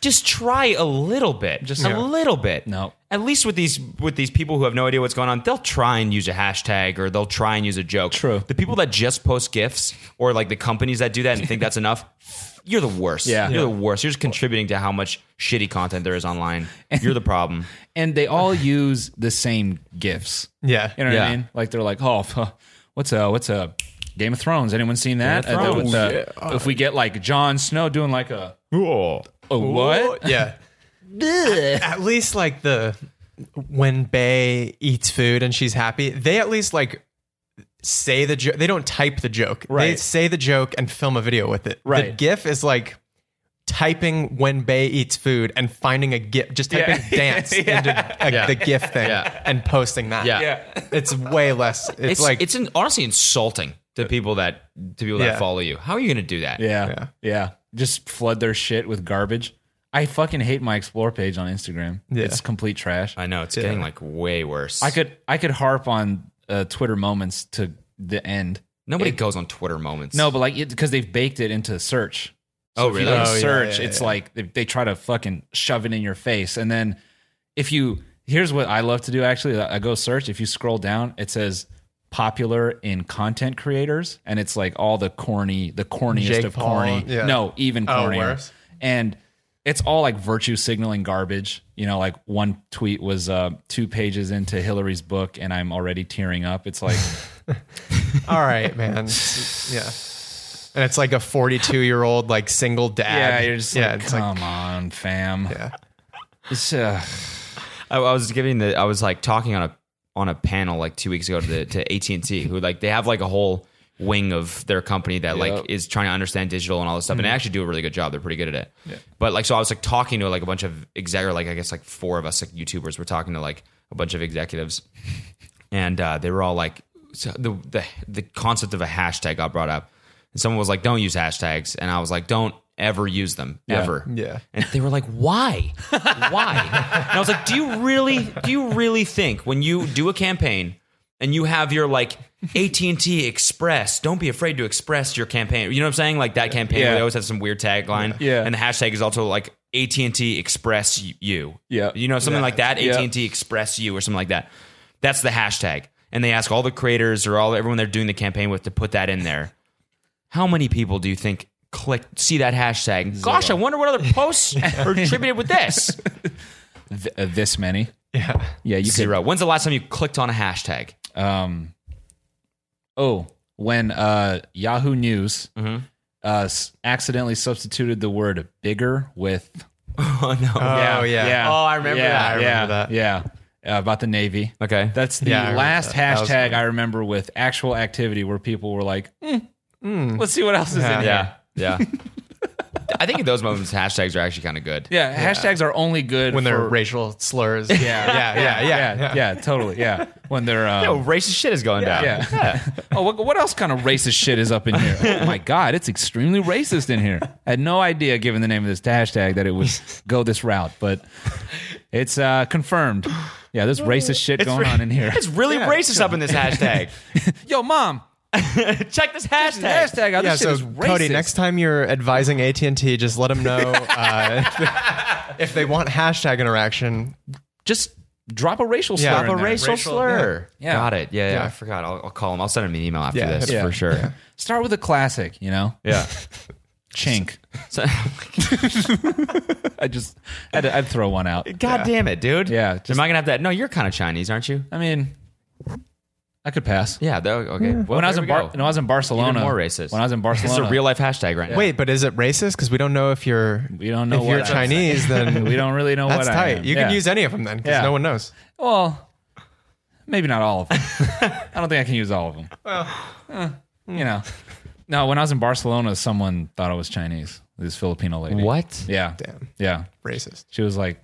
just try a little bit, just a
Yeah.
little bit.
No.
At least with these with these people who have no idea what's going on, they'll try and use a hashtag or they'll try and use a joke.
True.
The people that just post GIFs or like the companies that do that and think that's enough, you're the worst.
Yeah.
You're the worst. You're just contributing to how much shitty content there is online. You're the problem.
and they all use the same gifs.
yeah,
You know what
Yeah.
I mean? Like they're like, "Oh, huh, what's a what's a Game of Thrones? Anyone seen that?"
Game of
Uh, the-
Thrones.
with the- If we get like Jon Snow doing like a a what?
Yeah. at, at least like the when Bay eats food and she's happy, they at least like say the joke. They don't type the joke. They
Right.
say the joke and film a video with it. The
Right.
GIF is like typing when Bay eats food and finding a GIF, just typing dance into a, the GIF thing
Yeah.
and posting that.
Yeah.
It's way less. It's,
It's
like
like it's in, honestly insulting to people that to people
Yeah.
that follow you. How are you going to do that?
Yeah.
Yeah.
yeah. Just flood their shit with garbage. I fucking hate my explore page on Instagram.
Yeah.
It's complete trash. I,
I know it's getting like way worse.
could I could harp on uh, Twitter moments to the end.
Nobody goes on Twitter moments.
No, but like because they've baked it into search.
Oh,
if you
really?
go to
Oh, yeah,
search,
yeah,
it's
yeah.
like they, they try to fucking shove it in your face. And then if you here's what I love to do actually, I go search. If you scroll down, it says popular in content creators, and it's like all the corny, the corniest
Jake
of
Paul,
corny.
yeah.
No, even
Oh,
cornier.
worse.
And it's all like virtue signaling garbage. You know, like one tweet was uh, two pages into Hillary's book, and I'm already tearing up. It's like,
all right, man. yeah. And it's like a 42 year old like single
yeah,
dad.
you're just like,
it's
come on, fam.
yeah.
It's uh,
I, I was giving the I was like talking on a on a panel like two weeks ago to the, to AT and T who like they have like a whole wing of their company that
Yep.
like is trying to understand digital and all this stuff
Mm-hmm.
and they actually do a really good job they're pretty good at it but like so i was like talking to like a bunch of exec or like i guess like four of us like youtubers were talking to like a bunch of executives and uh, they were all like so the, the the concept of a hashtag got brought up and someone was like don't use hashtags and i was like don't ever use them ever
Yeah.
and they were like, "Why? Why?" And I was like, "Do you really? Do you really think when you do a campaign and you have your like AT and T Express? Don't be afraid to express your campaign. You know what I'm saying? Like that campaign, where
Yeah.
they always have some weird tagline,
Yeah.
And the hashtag is also like AT and T Express you,
Yeah.
You know something like that, AT
Yeah.
and T Express you or something like that. That's the hashtag, and they ask all the creators or all everyone they're doing the campaign with to put that in there how many people do you think click see that hashtag? Gosh, I wonder what other posts are attributed with this.
th- uh, this many.
Yeah.
Yeah, you
Zero. When's the last time you clicked on a hashtag?
could. Um, oh, when uh, Yahoo News
Mm-hmm.
uh, s- accidentally substituted the word "bigger" with
Oh no.
Oh, yeah. Oh, I remember
yeah,
that. I remember
yeah,
that.
Yeah, uh, about the Navy.
Okay.
That's the
Yeah, I remember
last
that. That was
hashtag I remember with actual activity where people were like, "Hmm, "Let's see what else is in
Yeah.
here."
yeah. Yeah. I think in those moments hashtags are actually kind of good.
Yeah, hashtags are only good
when they're
for-
racial slurs. Yeah, yeah, yeah, yeah,
yeah, yeah, totally, yeah. When they're um,
Oh, racist shit is going down.
Yeah. oh, what, what else kind of racist shit is up in here? Oh my God, it's extremely racist in here. I had no idea, given the name of this hashtag, that it would go this route, but it's uh, confirmed. Yeah, there's racist shit going on in here.
It's really racist up in this hashtag.
Yo, mom,
Check this hashtag.
hashtag out.
Yeah,
this shit
so
is racist.
Cody, next time you're advising AT and T, just let them know uh, if- if they want hashtag interaction.
just drop a racial slur.
Yeah.
Drop
in
a
there.
racial,
Racial-
slur.
yeah. Yeah.
Got it. Yeah, yeah.
Yeah.
I forgot. I'll, I'll call him. I'll send him an email after
Yeah.
this
Yeah.
for sure. Yeah.
Start with a classic, you know? Chink.
So,
I just, I'd, I'd throw one out.
God damn it, dude.
Yeah,
Am
just-
I gonna have that? No, you're kind of Chinese, aren't you?
I mean, I could pass.
Yeah. Though, okay. Well,
When I, was
there
in
we
Bar-
go.
when I was in Barcelona,
Even more racist.
When I was in Barcelona,
It's a real life hashtag right now.
Wait, but is it racist? Because we don't know if you're
We don't know
if you're
what I-
Chinese. Then
We don't really know
That's
what I
tight.
am.
You can
Yeah.
use any of them then, because
Yeah.
no one knows.
Well, maybe not all of them. I don't think I can use all of them. Well, you know, no. When I was in Barcelona, someone thought I was Chinese. This Filipino lady.
what?
Yeah.
Damn.
Yeah.
Racist.
eh, She was like,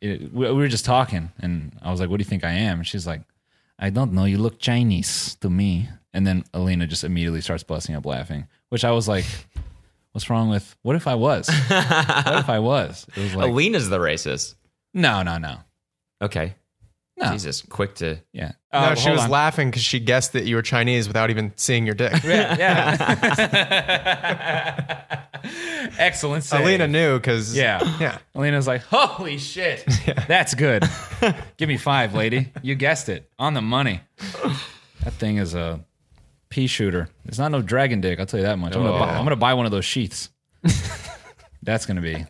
it, we, we were just talking, and I was like, "What do you think I am?" And she's like, I don't know, you look Chinese to me. And then Elena just immediately starts busting up laughing, which I was like, what's wrong with, what if I was? what if I was? It was like,
Alina's the racist.
no, no, no.
Okay.
No.
Jesus, quick to.
Yeah.
No,
Uh,
she
hold
was
on.
laughing because she guessed that you were Chinese without even seeing your dick.
Yeah. yeah. Excellent. save.
Alina knew because
Yeah. Uh,
yeah.
Elena's like, holy shit, that's good. Give me five, lady. You guessed it, on the money. That thing is a pea shooter. It's not no dragon dick. I'll tell you that much. I'm gonna, buy, I'm gonna buy one of those sheaths. that's gonna be.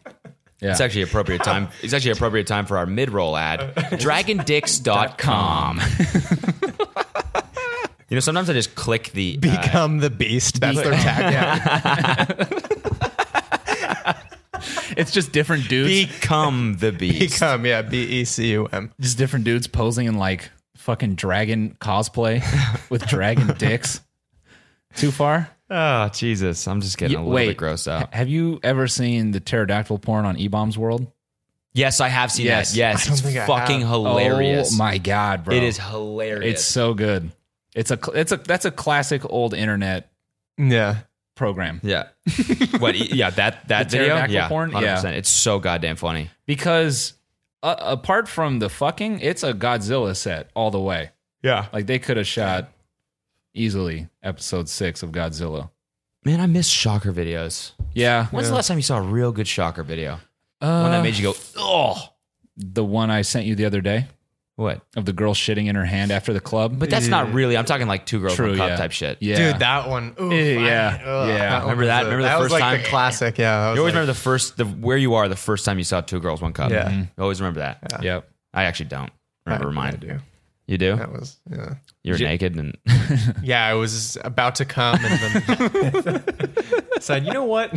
Yeah.
It's actually appropriate time. It's actually appropriate time for our mid-roll ad, dragondicks.com. you know, sometimes I just click the uh,
Become the beast. That's their tag. Yeah.
it's just different dudes.
become the beast.
Become. Yeah. B E C U M.
Just different dudes posing in like fucking dragon cosplay with dragon dicks. Too far?
oh Jesus, I'm just getting
Yeah,
a little bit grossed out.
ha- Have you ever seen the pterodactyl porn on E Bombs World?
Yes, I have seen
Yes.
that. Yes,
I don't
it's
think I
fucking
have.
hilarious.
Oh my god, bro!
It is hilarious.
It's so good. It's a cl- it's a that's a classic old internet
Yeah.
program
yeah. what? e- Yeah, that that
The
video.
pterodactyl
Yeah,
porn? Yeah.
100%. It's so goddamn funny.
because uh, apart from the fucking, it's a Godzilla set all the way.
Yeah.
Like they could have shot easily episode six of Godzilla.
Man, I miss shocker videos.
Yeah,
When's the last time you saw a real good shocker video?
Uh,
One that made you go, oh,
the one I sent you the other day
what?
of the girl shitting in her hand after the club.
But that's not really. I'm talking like two girls
True,
one cup
yeah.
type shit.
yeah,
Dude, that one. Oof,
Eh,
I-
yeah,
ugh,
yeah.
that one
Remember
was
that?
a-
Remember the
that
first
was like
time?
The classic. Yeah. that
You always
was like-
remember the first, the where you are, the first time you saw two girls one cup.
Yeah.
You always remember that.
Yep.
I actually don't remember mine.
I do.
You do?
That was. Yeah.
You're naked and
Yeah. I was about to come and then said, you know what?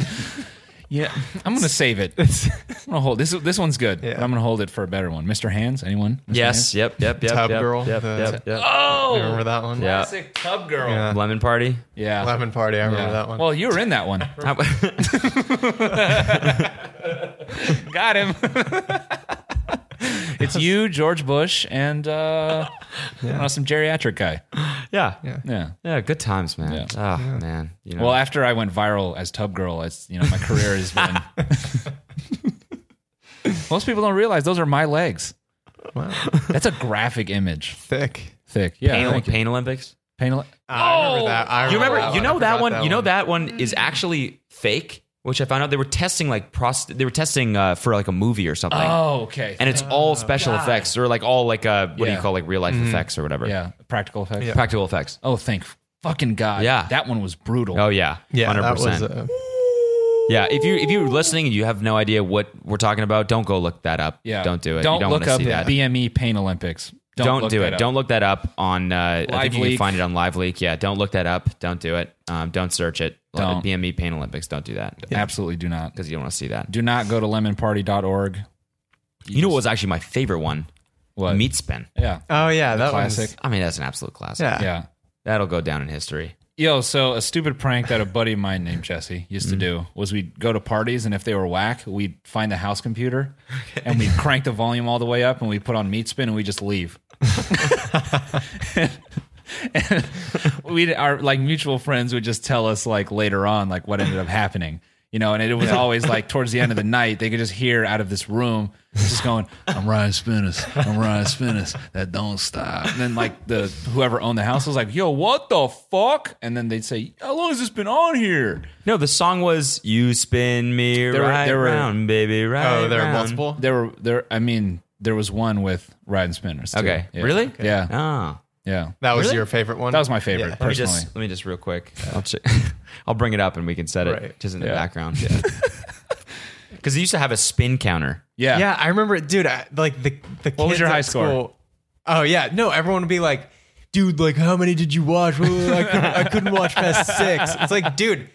Yeah, I'm gonna save it. I'm gonna hold this. This one's good.
Yeah.
But I'm gonna hold it for a better one. Mr. Hands, anyone? Mr.
yes, yep, yep, yep,
Tub
yep,
girl,
yep,
the-
yep, yep.
Oh,
You remember that one?
Yeah.
classic tub girl.
Yeah.
Lemon party.
Yeah.
Lemon party. I remember
Yeah.
that one.
Well, you were in that one.
How-
Got him. it's you, George Bush, and uh, I don't know, some geriatric guy.
yeah. yeah,
Yeah.
Yeah.
good times, man.
Yeah.
Oh man, you know.
Well, after I went viral as Tub Girl, it's you know my career has been. Most people don't realize those are my legs.
wow.
That's a graphic image.
Thick.
Thick. Yeah.
pain,
thank you.
pain Olympics.
Pain-
I remember that. I
Oh! You remember?
that
you know
I
that
forgot
one. you know that one is actually fake, which I found out they were testing like prost. They were testing uh, for like a movie or something.
oh, okay.
and it's all special effects or like all like uh what do
Yeah.
you call like real life effects or whatever
yeah, practical effects.
practical effects
Oh, thank fucking God.
Yeah.
That one was brutal.
oh yeah
Yeah.
100%
That was. Uh,
yeah if you if you're listening and you have no idea what we're talking about don't go look that up
Yeah.
don't do it
Don't,
you don't
look
want to
up
see that
BME Pain Olympics. Don't,
don't,
look
do
that
it
up.
don't look that up on uh i think you
LiveLeak.
can find it on live leak yeah don't look that up don't do it um don't search it
Don't.
bme E pain olympics don't do that
Absolutely do not.
because you don't want to see that
Do not go to lemonparty.org.
you, know what was actually my favorite one
What?
meat spin
Yeah.
oh yeah, that
classic.
i mean that's an absolute classic
Yeah.
Yeah.
that'll go down in history
Yo, so a stupid prank that a buddy of mine named Jesse used
Mm.
to do was we'd go to parties and if they were whack, we'd find the house computer and we'd crank the volume all the way up and we'd put on meat spin and we just leave. and we our like mutual friends would just tell us like later on like what ended up happening you know and it was always like towards the end of the night they could just hear out of this room just going i'm ryan spinners i'm ryan spinners that don't stop and then like the whoever owned the house was like yo what the fuck and then they'd say how long has this been on here
No, the song was "You Spin Me
were-
Right
there were-
Round, Baby Right."
Oh, there are
round."
multiple.
there were there i mean there was one with ryan spinners too.
Okay,
Yeah.
really?
yeah
Ah,
yeah
That was
Really?
your favorite one.
that was my favorite
Yeah.
let me
personally
just let me just real quick. I'll, check, I'll bring it up and we can set it
Right.
just in the
Yeah.
background. Because they used to have a spin counter.
yeah
Yeah, I remember, it, dude. I, like the the
What was
kids
your
at
high score?
school- Oh yeah, no. Everyone would be like, dude, like how many did you watch? Well, I, couldn't, I couldn't watch past six. It's like, dude,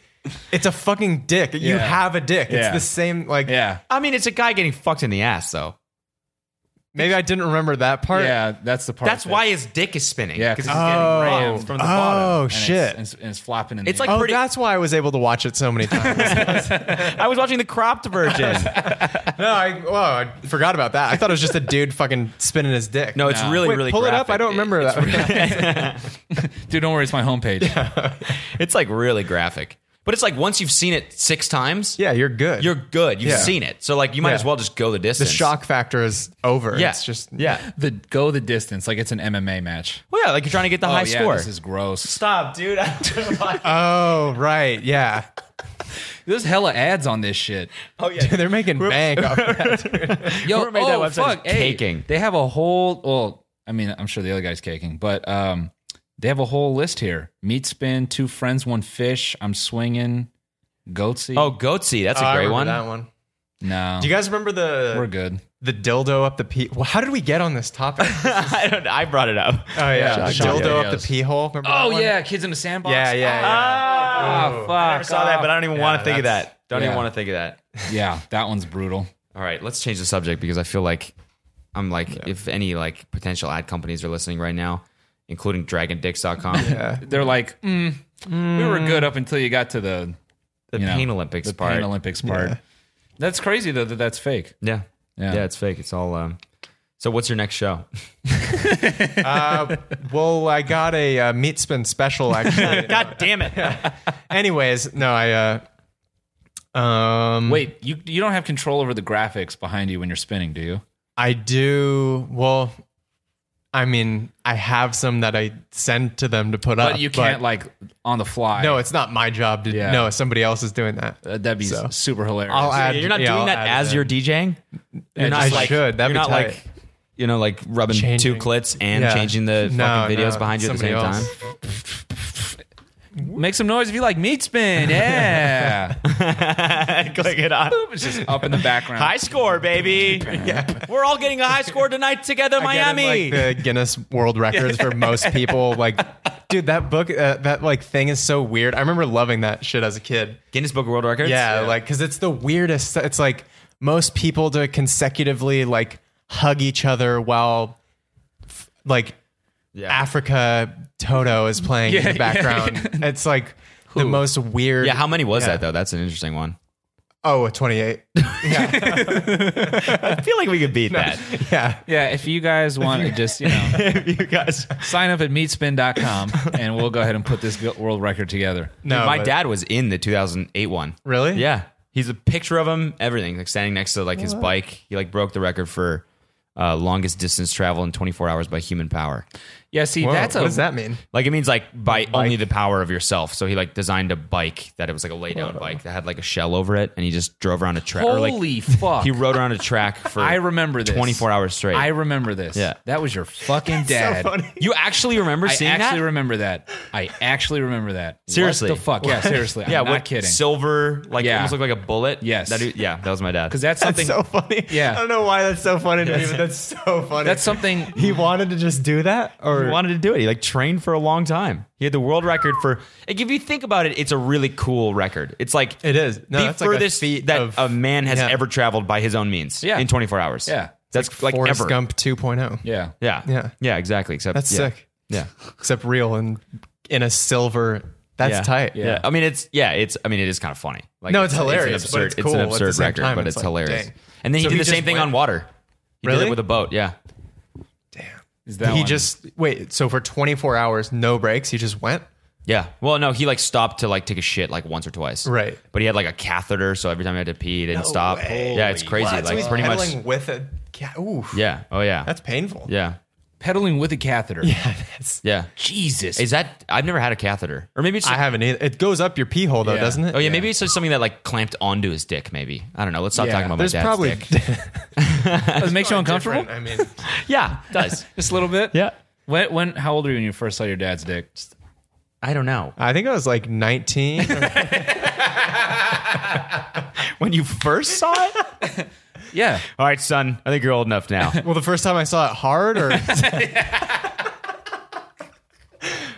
it's a fucking dick. You
Yeah.
have a dick.
Yeah.
It's the same. Like,
yeah
I mean, it's a guy getting fucked in the ass, though.
Maybe I didn't remember that part.
Yeah, that's the part.
That's
that-
why his dick is spinning.
Yeah,
because he's
it's
getting
getting
rammed.
rammed from the
Oh,
bottom. and
shit.
It's, and it's, and it's flopping in the
It's
air.
like
Oh,
pretty-
that's why I was able to watch it so many times.
I was watching the cropped version.
no, I, oh, I forgot about that. I thought it was just a dude fucking spinning his dick.
No, it's
No.
really
Wait,
really.
pull it up.
graphic.
I don't remember
it's
that.
dude, don't worry, it's my homepage.
It's like really graphic. But it's like once you've seen it six times,
yeah, you're good.
you're good. You've
Yeah.
seen it. So like you might
Yeah.
as well just go the
the
distance.
shock factor is over.
Yeah.
It's just
Yeah.
The go the distance, like it's an MMA match.
Well, yeah, like you're trying to get the
Oh
high
yeah,
score.
this is gross.
Stop, dude. I don't like-
Oh right, yeah.
There's hella ads on this shit.
oh yeah.
They're making bank. off that.
Yo,
Whoever made that
oh,
website is
fuck, hey,
caking.
they have a whole. Well, I mean, I'm sure the other guy's caking, but um, they have a whole list here: meat spin, two friends, one fish. I'm swinging, goatsy.
Oh, Goatsy. That's
Oh, I
a great
remember
one.
That one.
no,
Do you guys remember the
we're good.
the dildo up the pee? Well, how did we get on this topic? oh
I don't. I brought it up.
yeah,
Yeah,
the
shock
dildo up
videos.
the pee hole. Remember that
Oh
one?
yeah, kids in the sandbox.
yeah, yeah, yeah.
Oh,
I never
fuck.
Ah, saw that, but I don't even
Yeah,
want to think of
that's-
that. Don't even
yeah.
want to think of that.
yeah, that one's brutal.
All right, let's change the subject because I feel like I'm like if any like potential ad companies are listening right now, including dragondicks.com,
They're like, mm, we were good up until you got to the
the
you know,
Pain Olympics
the
part.
Pain Olympics part.
Yeah. Mm.
That's crazy though that that's fake.
yeah. yeah.
Yeah.
it's fake. It's all um So what's your next show?
Uh, well, I got a uh, meat spin special actually.
God damn it.
Anyways, no, I. Uh, um,
Wait, you you don't have control over the graphics behind you when you're spinning, do you?
I do. Well, I mean, I have some that I send to them to put up.
But you can't like on the fly.
Uh, No, it's not my job to.
Yeah.
No, somebody else is doing that.
Uh, that'd be
So.
s- super hilarious.
I'll add-
you're not
yeah,
doing
I'll
that
add it
as you're DJing? You're
I should. That'd
you're not
be tight.
like you know, like rubbing
Changing.
two clits and
Yeah.
changing the
No,
fucking videos
no,
behind you at the same
somebody
time.
else.
Make some noise if you like meat spin. Yeah.
Click it on.
it's just up in the background.
High score, baby. We're all getting a high score tonight together,
I get in,
Miami.
like the Guinness World Records for most people. Like, dude, that book, uh, that like thing is so weird. I remember loving that shit as a kid.
Guinness Book of World Records?
Yeah, like because it's the weirdest. It's like most people to consecutively like hug each other while f- like
Yeah.
Africa Toto is playing in the background. It's like the most weird.
Yeah, how many was that though? That's an interesting one.
Oh, a 28.
I feel like we could beat that.
Yeah.
Yeah, if you guys want to just, you know,
you guys,
sign up at meatspin.com and we'll go ahead and put this go- world record together.
No,
my
but-
dad was in the 2008 one.
Really?
Yeah, he's a picture of him. Everything like standing next to like his bike. He like broke the record for uh, longest distance travel in 24 hours by human power.
Yeah, see,
Whoa,
that's a
what does that mean?
Like it means like by only the power of yourself. So he like designed a bike that it was like a lay down bike that had like a shell over it, and he just drove around a track. or, like,
Holy fuck.
He rode around a track for
I remember this.
24 hours straight.
I remember this.
Yeah.
That was your fucking dad.
you actually remember
I
seeing
actually
that?
remember that. I actually remember that.
Seriously.
What the fuck? Yeah, seriously. I'm
yeah,
not
what-
kidding.
Silver, like
Yeah.
almost looked like a bullet.
Yes.
that, yeah, that was my dad.
Because that's something
so funny.
Yeah.
I don't know why that's so funny to me, but that's so funny.
that's something
he wanted to just do that, or
He wanted to do it. He like trained for a long time. He had the world record for. Like, if you think about it, it's a really cool record. It's like
It is. No,
the
that's like a
furthest
feat
that
of-
a man has
yeah.
ever traveled by his own means.
Yeah.
in 24 hours.
Yeah.
that's like,
Forrest
ever.
Gump 2.0.
Yeah.
Yeah,
Yeah.
yeah, exactly. Except
That's
yeah.
sick.
Yeah,
Except real and in a silver. That's
yeah.
tight.
Yeah. I mean, it's yeah, it's. I mean, it is kind of funny. Like,
No, it's hilarious,
It's an
but
absurd,
it's cool
an
at the
absurd
same
record,
time.
but
It's
it's,
like,
hilarious.
dang.
And then he
So
did
he
the same
just
thing
went-
on water. He did
Really?
it with a boat. Yeah,
Is that
he
one.
just wait. So for 24 hours, no breaks. He just went.
yeah. Well, no, he like stopped to like take a shit like once or twice.
Right.
But he had like a catheter, so every time he had to pee, he didn't
No
stop.
way.
Yeah, it's crazy.
What? So
Like
he's
pretty much.
pedaling with a cat. Ooh,
Yeah. Oh yeah.
that's painful.
Yeah.
pedaling with a catheter?
Yeah.
Jesus.
Is that I've never had a catheter. Or maybe it's
I
just,
haven't either. It goes up your pee hole though,
Yeah.
doesn't it?
Oh yeah, maybe it's just something that like clamped onto his dick maybe. I don't know. Let's stop
Yeah.
talking about
There's
my dad's
probably
dick.
Oh, it makes you uncomfortable?
different. I mean,
Yeah, it does.
Just a little bit?
yeah.
When, when, how old were you when you first saw your dad's dick?
I don't know.
I think I was like 19.
When you first saw it?
Yeah.
All right, son. I think you're old enough now.
well, the first time I saw it hard or.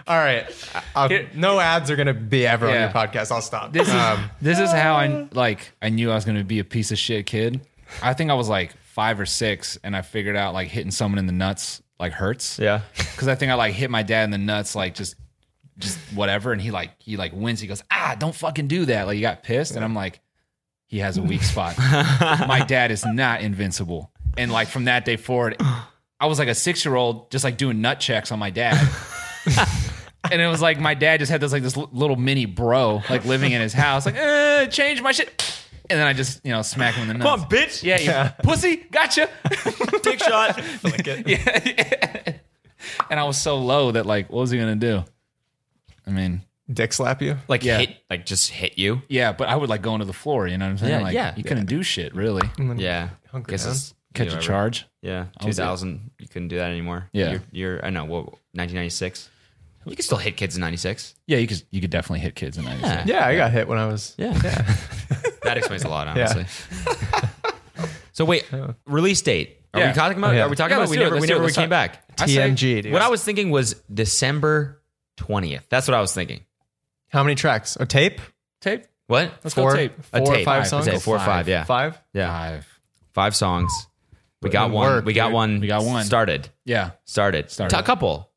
All right. I'll- no ads are going to be ever on
Yeah.
your podcast. I'll stop.
This is
Um,
uh,
this is how I like I knew I was going to be a piece of shit kid. I think I was like five or six, and I figured out like hitting someone in the nuts like hurts.
Yeah.
because I think I like hit my dad in the nuts, like just just whatever, and he like he like wins. He goes, ah, don't fucking do that. Like he got pissed, and I'm like, he has a weak spot. my dad is not invincible, and like from that day forward, I was like a six year old just like doing nut checks on my dad. And it was like my dad just had this like this l- little mini bro like living in his house like eh, change my shit, and then I just you know smack him in the nuts.
Come on, bitch.
Yeah, you pussy, gotcha.
Dick shot.
Like it.
Yeah. and I was so low that like, what was he gonna do? I mean,
Dick slap you.
Like
Yeah.
hit. Like just hit you.
yeah, but I would like go into the floor. You know what I'm saying?
Yeah,
like,
yeah. Mm-hmm.
You couldn't do shit really.
Yeah.
Hunker
Guess
down.
it's
Catch
yeah,
a charge.
Yeah.
was eight.
2000. You couldn't do that anymore.
Yeah.
You're, you're I know. What? 1996. You can still hit kids in 96.
Yeah, you could you could definitely hit kids in that.
Yeah.
Yeah, I got hit when I was.
Yeah. that explains a lot, honestly. so wait, release date. Are
Yeah. Oh,
we talking about?
Yeah.
are we talking
Yeah,
about?
let's
We
do it,
never,
let's
we
do it,
never
let's
came
talk-
back.
TMG. Dude.
What I was thinking was December twentieth. That's what I was thinking.
How many tracks? A tape?
Tape.
What?
Let's
Four-
go tape.
a
four
tape.
or five
Let's
songs?
say Four or five. Yeah.
Five.
Yeah.
Five.
Five songs. We got
in
one.
work,
we got
dude.
one.
We got one.
Started.
Yeah.
Started.
Started.
A couple.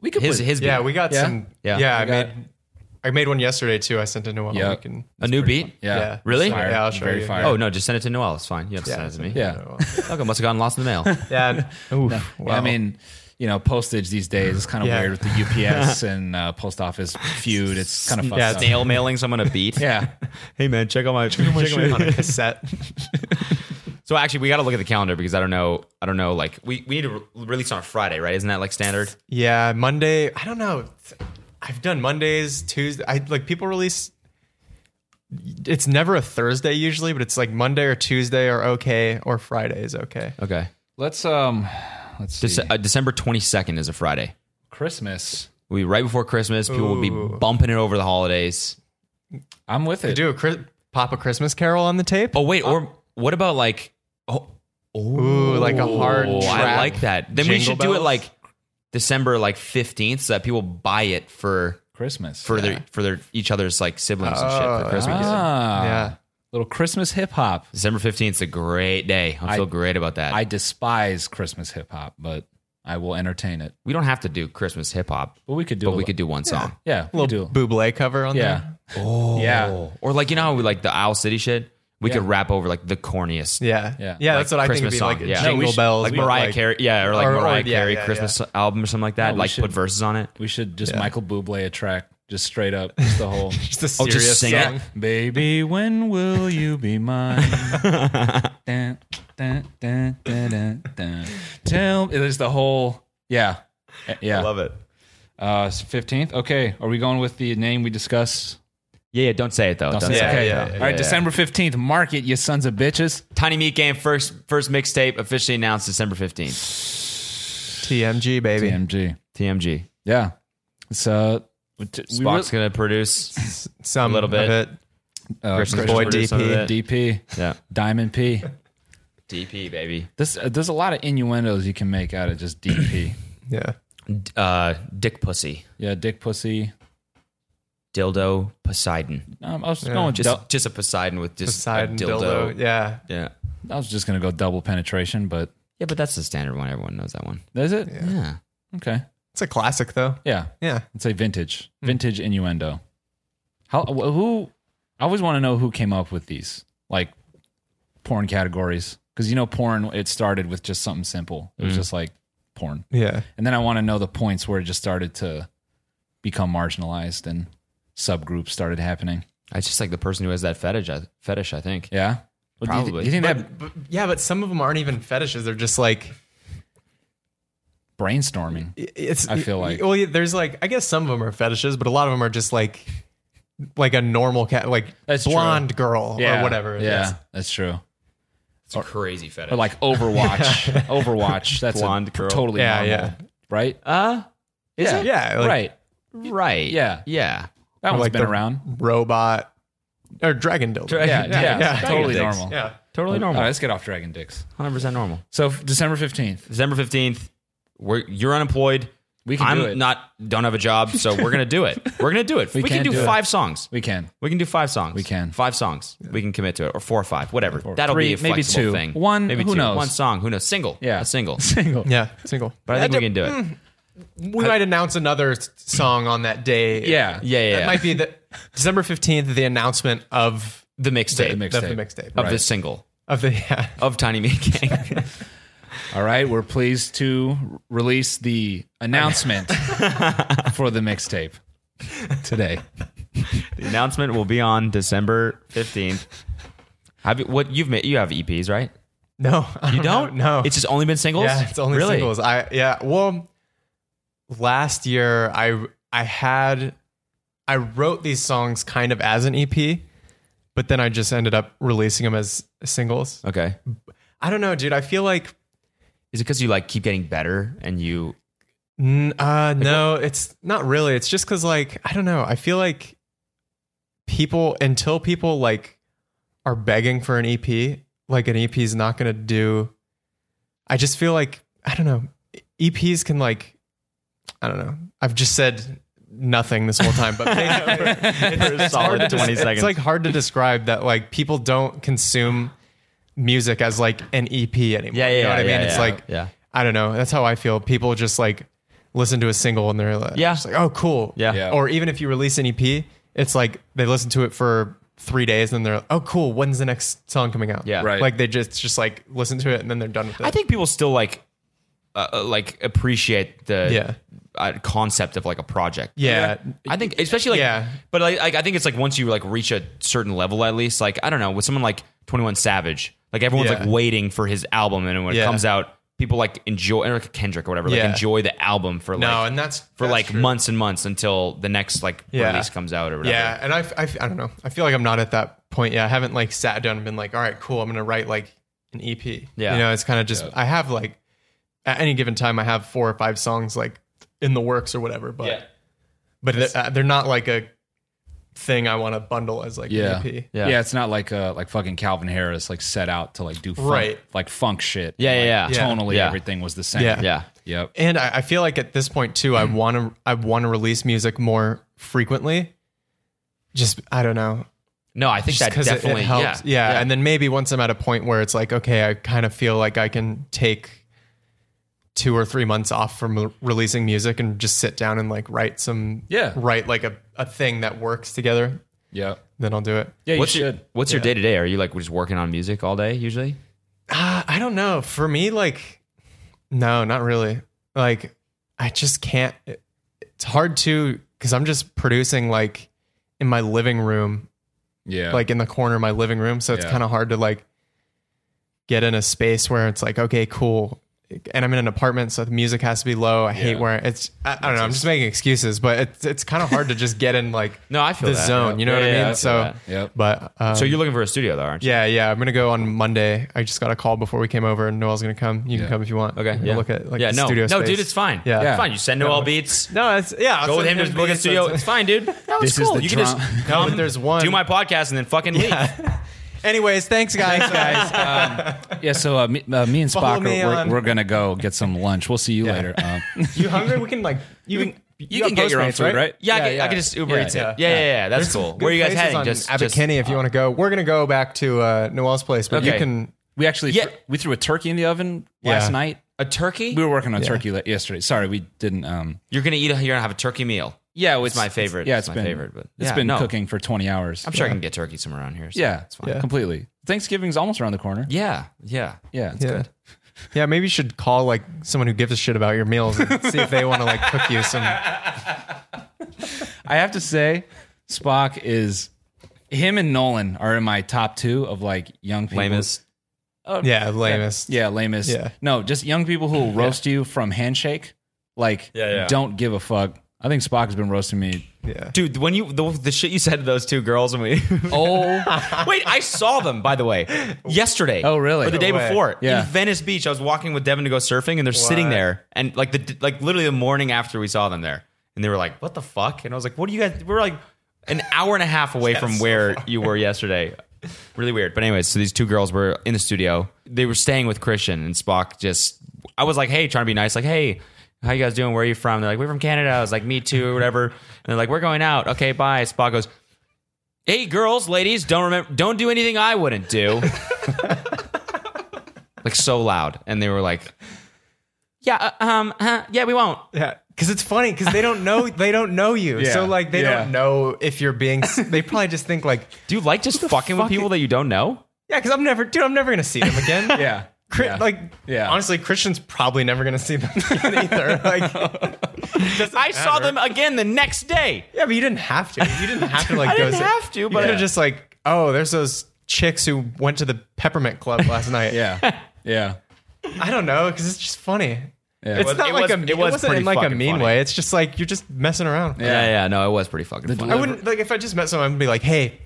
We could
His
put-
his.
Yeah,
beat.
we got
Yeah.
some.
Yeah.
Yeah,
We
I
got-
made. I made one yesterday too. I sent it to Noel.
Yeah.
We can-
a new beat.
yeah.
yeah.
Really?
Fire.
Yeah, I'll show
Very
you.
fire.
Oh no, just send it to Noel. It's fine. You have to send it to me.
Yeah.
Okay, must have gotten lost in the mail.
Yeah. Oof. Wow.
I mean, you know, postage these days is kind of
Yeah.
weird with the UPS and uh, post office feud. It's kind of fucked
Yeah,
up.
Snail mailing someone a beat.
Yeah.
Hey man, check out my check out
on a cassette.
So actually, we got to look at the calendar because I don't know. I don't know. Like we, we need to re- release on a Friday, right? Isn't that like standard?
yeah, Monday. I don't know. I've done Mondays, Tuesday. I like people release. It's never a Thursday usually, but it's like Monday or Tuesday or okay or Friday is okay.
Okay.
Let's um. Let's see.
Dece- uh, December twenty second is a Friday.
Christmas.
We'll be right before Christmas. People will be
Ooh.
bumping it over the holidays.
I'm with it.
Do a Chris, pop a Christmas Carol on the tape.
Oh wait, or what about like? Oh,
Ooh, like a hard.
oh, I
trap.
like that. Then we
Jingle
should do it
bells?
like December like fifteenth, so that people buy it for
Christmas
for their for their each other's like siblings and shit for
Oh,
Christmas.
Ah,
Yeah.
Little Christmas hip hop.
December fifteenth is a great day. I feel great about that.
I despise Christmas hip hop, but I will entertain it.
we don't have to do Christmas hip hop,
But we could do.
but
a
we
li-
could do one song.
Yeah, we could do.
Buble cover on
Yeah.
there.
Oh. Yeah.
Or like you know how we like the Owl City shit. We
Yeah.
could rap over like the corniest,
Yeah.
Yeah.
Yeah.
Like
that's what I think it'd
Christmas
be
song,
like
yeah. No, we
jingle
should-
bells.
like
but,
Mariah Carey, yeah, or like
or- or-
Mariah
yeah,
Carry
yeah,
Christmas album or something like that.
we
like put
should-
verses on it.
We should just Michael Bublé a track, just straight up, just the whole.
Just a
Oh,
serious
just sing it?
song.
Baby, when will you be mine? dun, dun, dun, dun, dun, dun. Tell me, there's the whole. Yeah. Uh, Yeah.
it.
Uh, 15th. Okay. Are we going with the name we discussed?
Yeah, yeah. Don't say it though. Don't
Say-
say it.
yeah,
okay.
yeah,
All
yeah,
right.
yeah.
December 15th. Mark it, you sons of bitches.
Tiny Meat Game first first mixtape officially announced December fifteenth.
TMG baby.
DMG.
TMG.
Yeah. It's uh we t- we
Spock's gonna produce
Some
A little bit.
Of it.
really- uh,
Christian's
Boy
gonna produce some of that.
DP.
DP
Yeah.
Diamond P.
DP baby.
This uh, there's a lot of innuendos you can make out of just DP.
Yeah.
D- Uh, Dick Pussy.
yeah, dick pussy.
Dildo Poseidon.
Um, I was just going
Just
dou-
just a Poseidon with just
Poseidon
a
dildo. Yeah.
yeah.
I was just gonna go double penetration, but
Yeah, but that's the standard one. Everyone knows that one.
is it?
Yeah.
Okay.
It's a classic though.
Yeah.
Yeah.
Let's say vintage.
Hmm.
Vintage innuendo. How wh- who I always want to know who came up with these like porn categories cuz you know porn it started with just something simple. It was just like porn.
Yeah.
And then I want to know the points where it just started to become marginalized and subgroups started happening.
It's just like the person who has that fetish. I, fetish, I think.
Yeah. Well, do you-
Probably.
Do you, think that
But, but- yeah, but some of them aren't even fetishes. They're just like
brainstorming?
i- it's.
I feel like-
well, yeah, there's like I guess some of them are fetishes, but a lot of them are just like like a normal cat, like
That's true.
blonde girl or whatever.
Yeah,
it is.
that's true.
It's a crazy fetish.
Or like Overwatch. Overwatch. That's a
Blonde girl.
totally
Yeah,
normal,
yeah.
right?
uh,
Is
Yeah.
it?
Yeah, like-
right.
right.
Yeah.
Yeah.
That one's
like
been
the-
around.
robot or dragon dildo.
Dra-
Yeah,
Yeah,
yeah,
yeah.
it's totally
Dragon dicks.
normal.
yeah.
Totally
All right,
normal.
let's get off Dragon Dicks.
100% normal.
So f- December fifteenth.
December 15th, we're, you're unemployed.
We can do it.
I'm not don't have a job, so we're gonna do it. We're gonna do it. We, can
can
do,
do it.
five songs.
we can.
We can do five songs. We
can.
five songs. We can commit to it, or four or five, whatever. That'll
Three,
be a
maybe
flexible
two.
thing.
One,
maybe
who
two.
knows?
One song. Who knows? Single.
Yeah. hmm.
a single.
Single.
Yeah, single.
But I think we can do it.
We might announce another s- song on that day.
Yeah.
Yeah, yeah.
That
yeah.
might be the December 15th, the announcement of
the mixtape
The
the
mixtape.
of the mixtape.
of
Right.
the single
Of the yeah.
of Tiny Meat Gang.
All right, we're pleased to release the announcement for the mixtape today.
the announcement will be on December fifteenth. Have you, what you've made? You have EPs, right?
No. I
You don't?
know. No.
It's just only been singles.
yeah, it's only
really?
singles. I yeah. Well, last year I I had I wrote these songs kind of as an EP, but then I just ended up releasing them as singles.
Okay.
I don't know, dude. I feel like
Is it because you like keep getting better and you?
N- uh, no, it's not really. It's just because, like, I don't know. I feel like people, until people like are begging for an EP, like an EP is not going to do. I just feel like I don't know. EPs can like, I don't know. I've just said nothing this whole time, but
a solid
hard to-
20
It's
seconds.
like hard to describe that. Like people don't consume music as like an EP anymore.
Yeah, yeah,
You know what I
yeah,
mean?
yeah,
it's
yeah.
like
Yeah.
I don't know. That's how I feel. People just like listen to a single and they're like,
Yeah.
just like oh cool.
Yeah.
Yeah.
Or even if you release an EP, it's like they listen to it for three days and then they're like, oh cool, when's the next song coming out?
Yeah.
Right.
Like they just just like listen to it and then they're done with it.
I think people still like, uh, uh, like appreciate the
Yeah.
uh, concept of like a project.
yeah.
I think, especially like,
Yeah.
but like, like, I think it's like once you like reach a certain level, at least, like, I don't know, with someone like 21 Savage, like everyone's
Yeah.
like waiting for his album. And when it
Yeah.
comes out, people like enjoy, or like Kendrick or whatever, like
Yeah.
enjoy the album for like,
No, and that's
for
that's
like
true.
months and months until the next like
Yeah.
release comes out or whatever.
Yeah, and I, I, I don't know. I feel like I'm not at that point yet. I haven't like sat down and been like, all right, cool. I'm gonna write like an EP.
Yeah.
you know, it's kind of just I have like at any given time I have four or five songs like in the works or whatever. But
Yeah.
but they're, uh, they're not like a thing I want to bundle as like
Yeah.
an E EP.
Yeah.
Yeah. it's not like uh like fucking Calvin Harris like set out to like do funk,
Right.
like funk shit.
Yeah,
Like,
yeah, yeah.
Tonally
Yeah.
everything was the same.
Yeah.
Yeah.
Yep.
And I, I feel like at this point too,
Mm.
I want to I want to release music more frequently. Just I don't know.
No, I think that
because it,
definitely
it helps.
Yeah.
and then maybe once I'm at a point where it's like, okay, I kind of feel like I can take two or three months off from re- releasing music and just sit down and like write some,
Yeah.
write like a, a thing that works together.
Yep.
Then I'll do it.
Yeah, you
What's your,
should.
what's your day to day? Are you like just working on music all day usually?
Uh, I don't know. For me, like, no, not really. Like, I just can't. it- it's hard to because I'm just producing like in my living room
yeah.
like in the corner of my living room. So it's
Yeah.
kind of hard to like get in a space where it's like, okay, cool. And I'm in an apartment, so the music has to be low. I hate
Yeah.
where it's. I, I don't know. I'm just making excuses, but it's it's kind of hard to just get in like
No, I feel
the
that.
zone. You
Yeah,
know what
yeah,
I
I
mean?
feel
so,
that.
Yep.
but um,
So you're looking for a studio though, aren't you?
yeah, yeah. I'm gonna go on Monday. I just got a call before we came over, and Noel's gonna come. You
Yeah.
can come if you want.
Okay.
We'll
Yeah.
Look at like
yeah.
the
No.
studio
no,
space.
dude, it's fine.
Yeah.
It's
Yeah.
fine. You send Noel beats.
No, it's yeah.
Go with him to
the
book a studio. It's fine, dude. That was
This is
cool.
the
you
drum-
can just
No,
come.
but there's one.
Do my podcast and then fucking leave.
Anyways, thanks guys. guys.
yeah, so uh, me, uh, me and
Follow
Spock are,
me
we're,
on-
we're gonna go get some lunch. We'll see you later. Um,
you hungry? We can like you can you, got Postmates,
Yeah, I, can, I can just Uber
Yeah,
Eats
yeah.
it. Yeah, yeah, yeah. That's cool. Where are you guys
places
heading?
on
Just
Abbot
just-
Kinney if you want to go. We're gonna go back to uh, Noel's place, but you
Okay.
can.
We actually
Yeah.
thr- we threw a turkey in the oven
Yeah.
last night.
a turkey.
We were working on turkey la- yesterday. Sorry, we didn't. Um,
You're gonna eat. A, you're gonna have a turkey meal.
yeah,
It's my favorite.
Yeah,
It's
it's
my
been
favorite, but-
it's
Yeah,
been
no.
cooking for twenty hours.
I'm sure I can get turkey somewhere around here. so
Yeah,
it's fine.
completely. Thanksgiving's almost around the corner.
Yeah, yeah.
Yeah, it's
Yeah.
good.
Yeah, maybe you should call like someone who gives a shit about your meals and see if they want to like cook you some.
I have to say, Spock is him and Nolan are in my top two of like young people.
Lamest.
Yeah, lamest.
Yeah, lamest.
Yeah.
No, just young people who will roast you from handshake. Like,
Yeah, yeah.
don't give a fuck. I think Spock has been roasting me.
yeah.
Dude, when you the, the shit you said to those two girls when we
Oh,
Wait, I saw them by the way yesterday.
Oh, really?
Or the day
No way.
before
Yeah.
in Venice Beach. I was walking with Devin to go surfing, and they're sitting there, and like the like literally the morning after we saw them there, and they were like, "What the fuck?" And I was like, "What do you guys?" We're like an hour and a half away from where you were yesterday. Really weird. But anyways, so these two girls were in the studio. They were staying with Christian and Spock. Just I was like, "Hey," trying to be nice, like, "Hey." how you guys doing? Where are you from? They're like, we're from Canada. I was like, me too, or whatever. And they're like, we're going out. Okay, bye. Spock goes, hey, girls, ladies, don't remember, don't do anything I wouldn't do. like so loud, and they were like, yeah, uh, um, huh, yeah, we won't.
Yeah, because it's funny because they don't know they don't know you,
Yeah,
so like they
yeah.
don't know if you're being. s- They probably just think like,
Do you like just fucking with
fuck
people that you don't know?
yeah, because I'm never, dude, I'm never gonna see them again.
Yeah.
Chri-
yeah.
like,
Yeah.
honestly, Christian's probably never gonna see them again either. Like, doesn't
I saw
matter.
them again the next day.
Yeah, but you didn't have to. You didn't have to like
I
go.
didn't
sit-
have to,
you
but-
could
Yeah.
have just like, oh, there's those chicks who went to the peppermint club last night.
yeah. Yeah.
I don't know because it's just funny.
Yeah.
It's
was-
not
it
like
was-
a.
it
It,
was
wasn't
pretty
in like a
fucking
mean
funny.
way. It's just like you're just messing around.
Yeah, yeah, no, it was pretty fucking funny.
I wouldn't like if I just met someone. I'd be like, hey,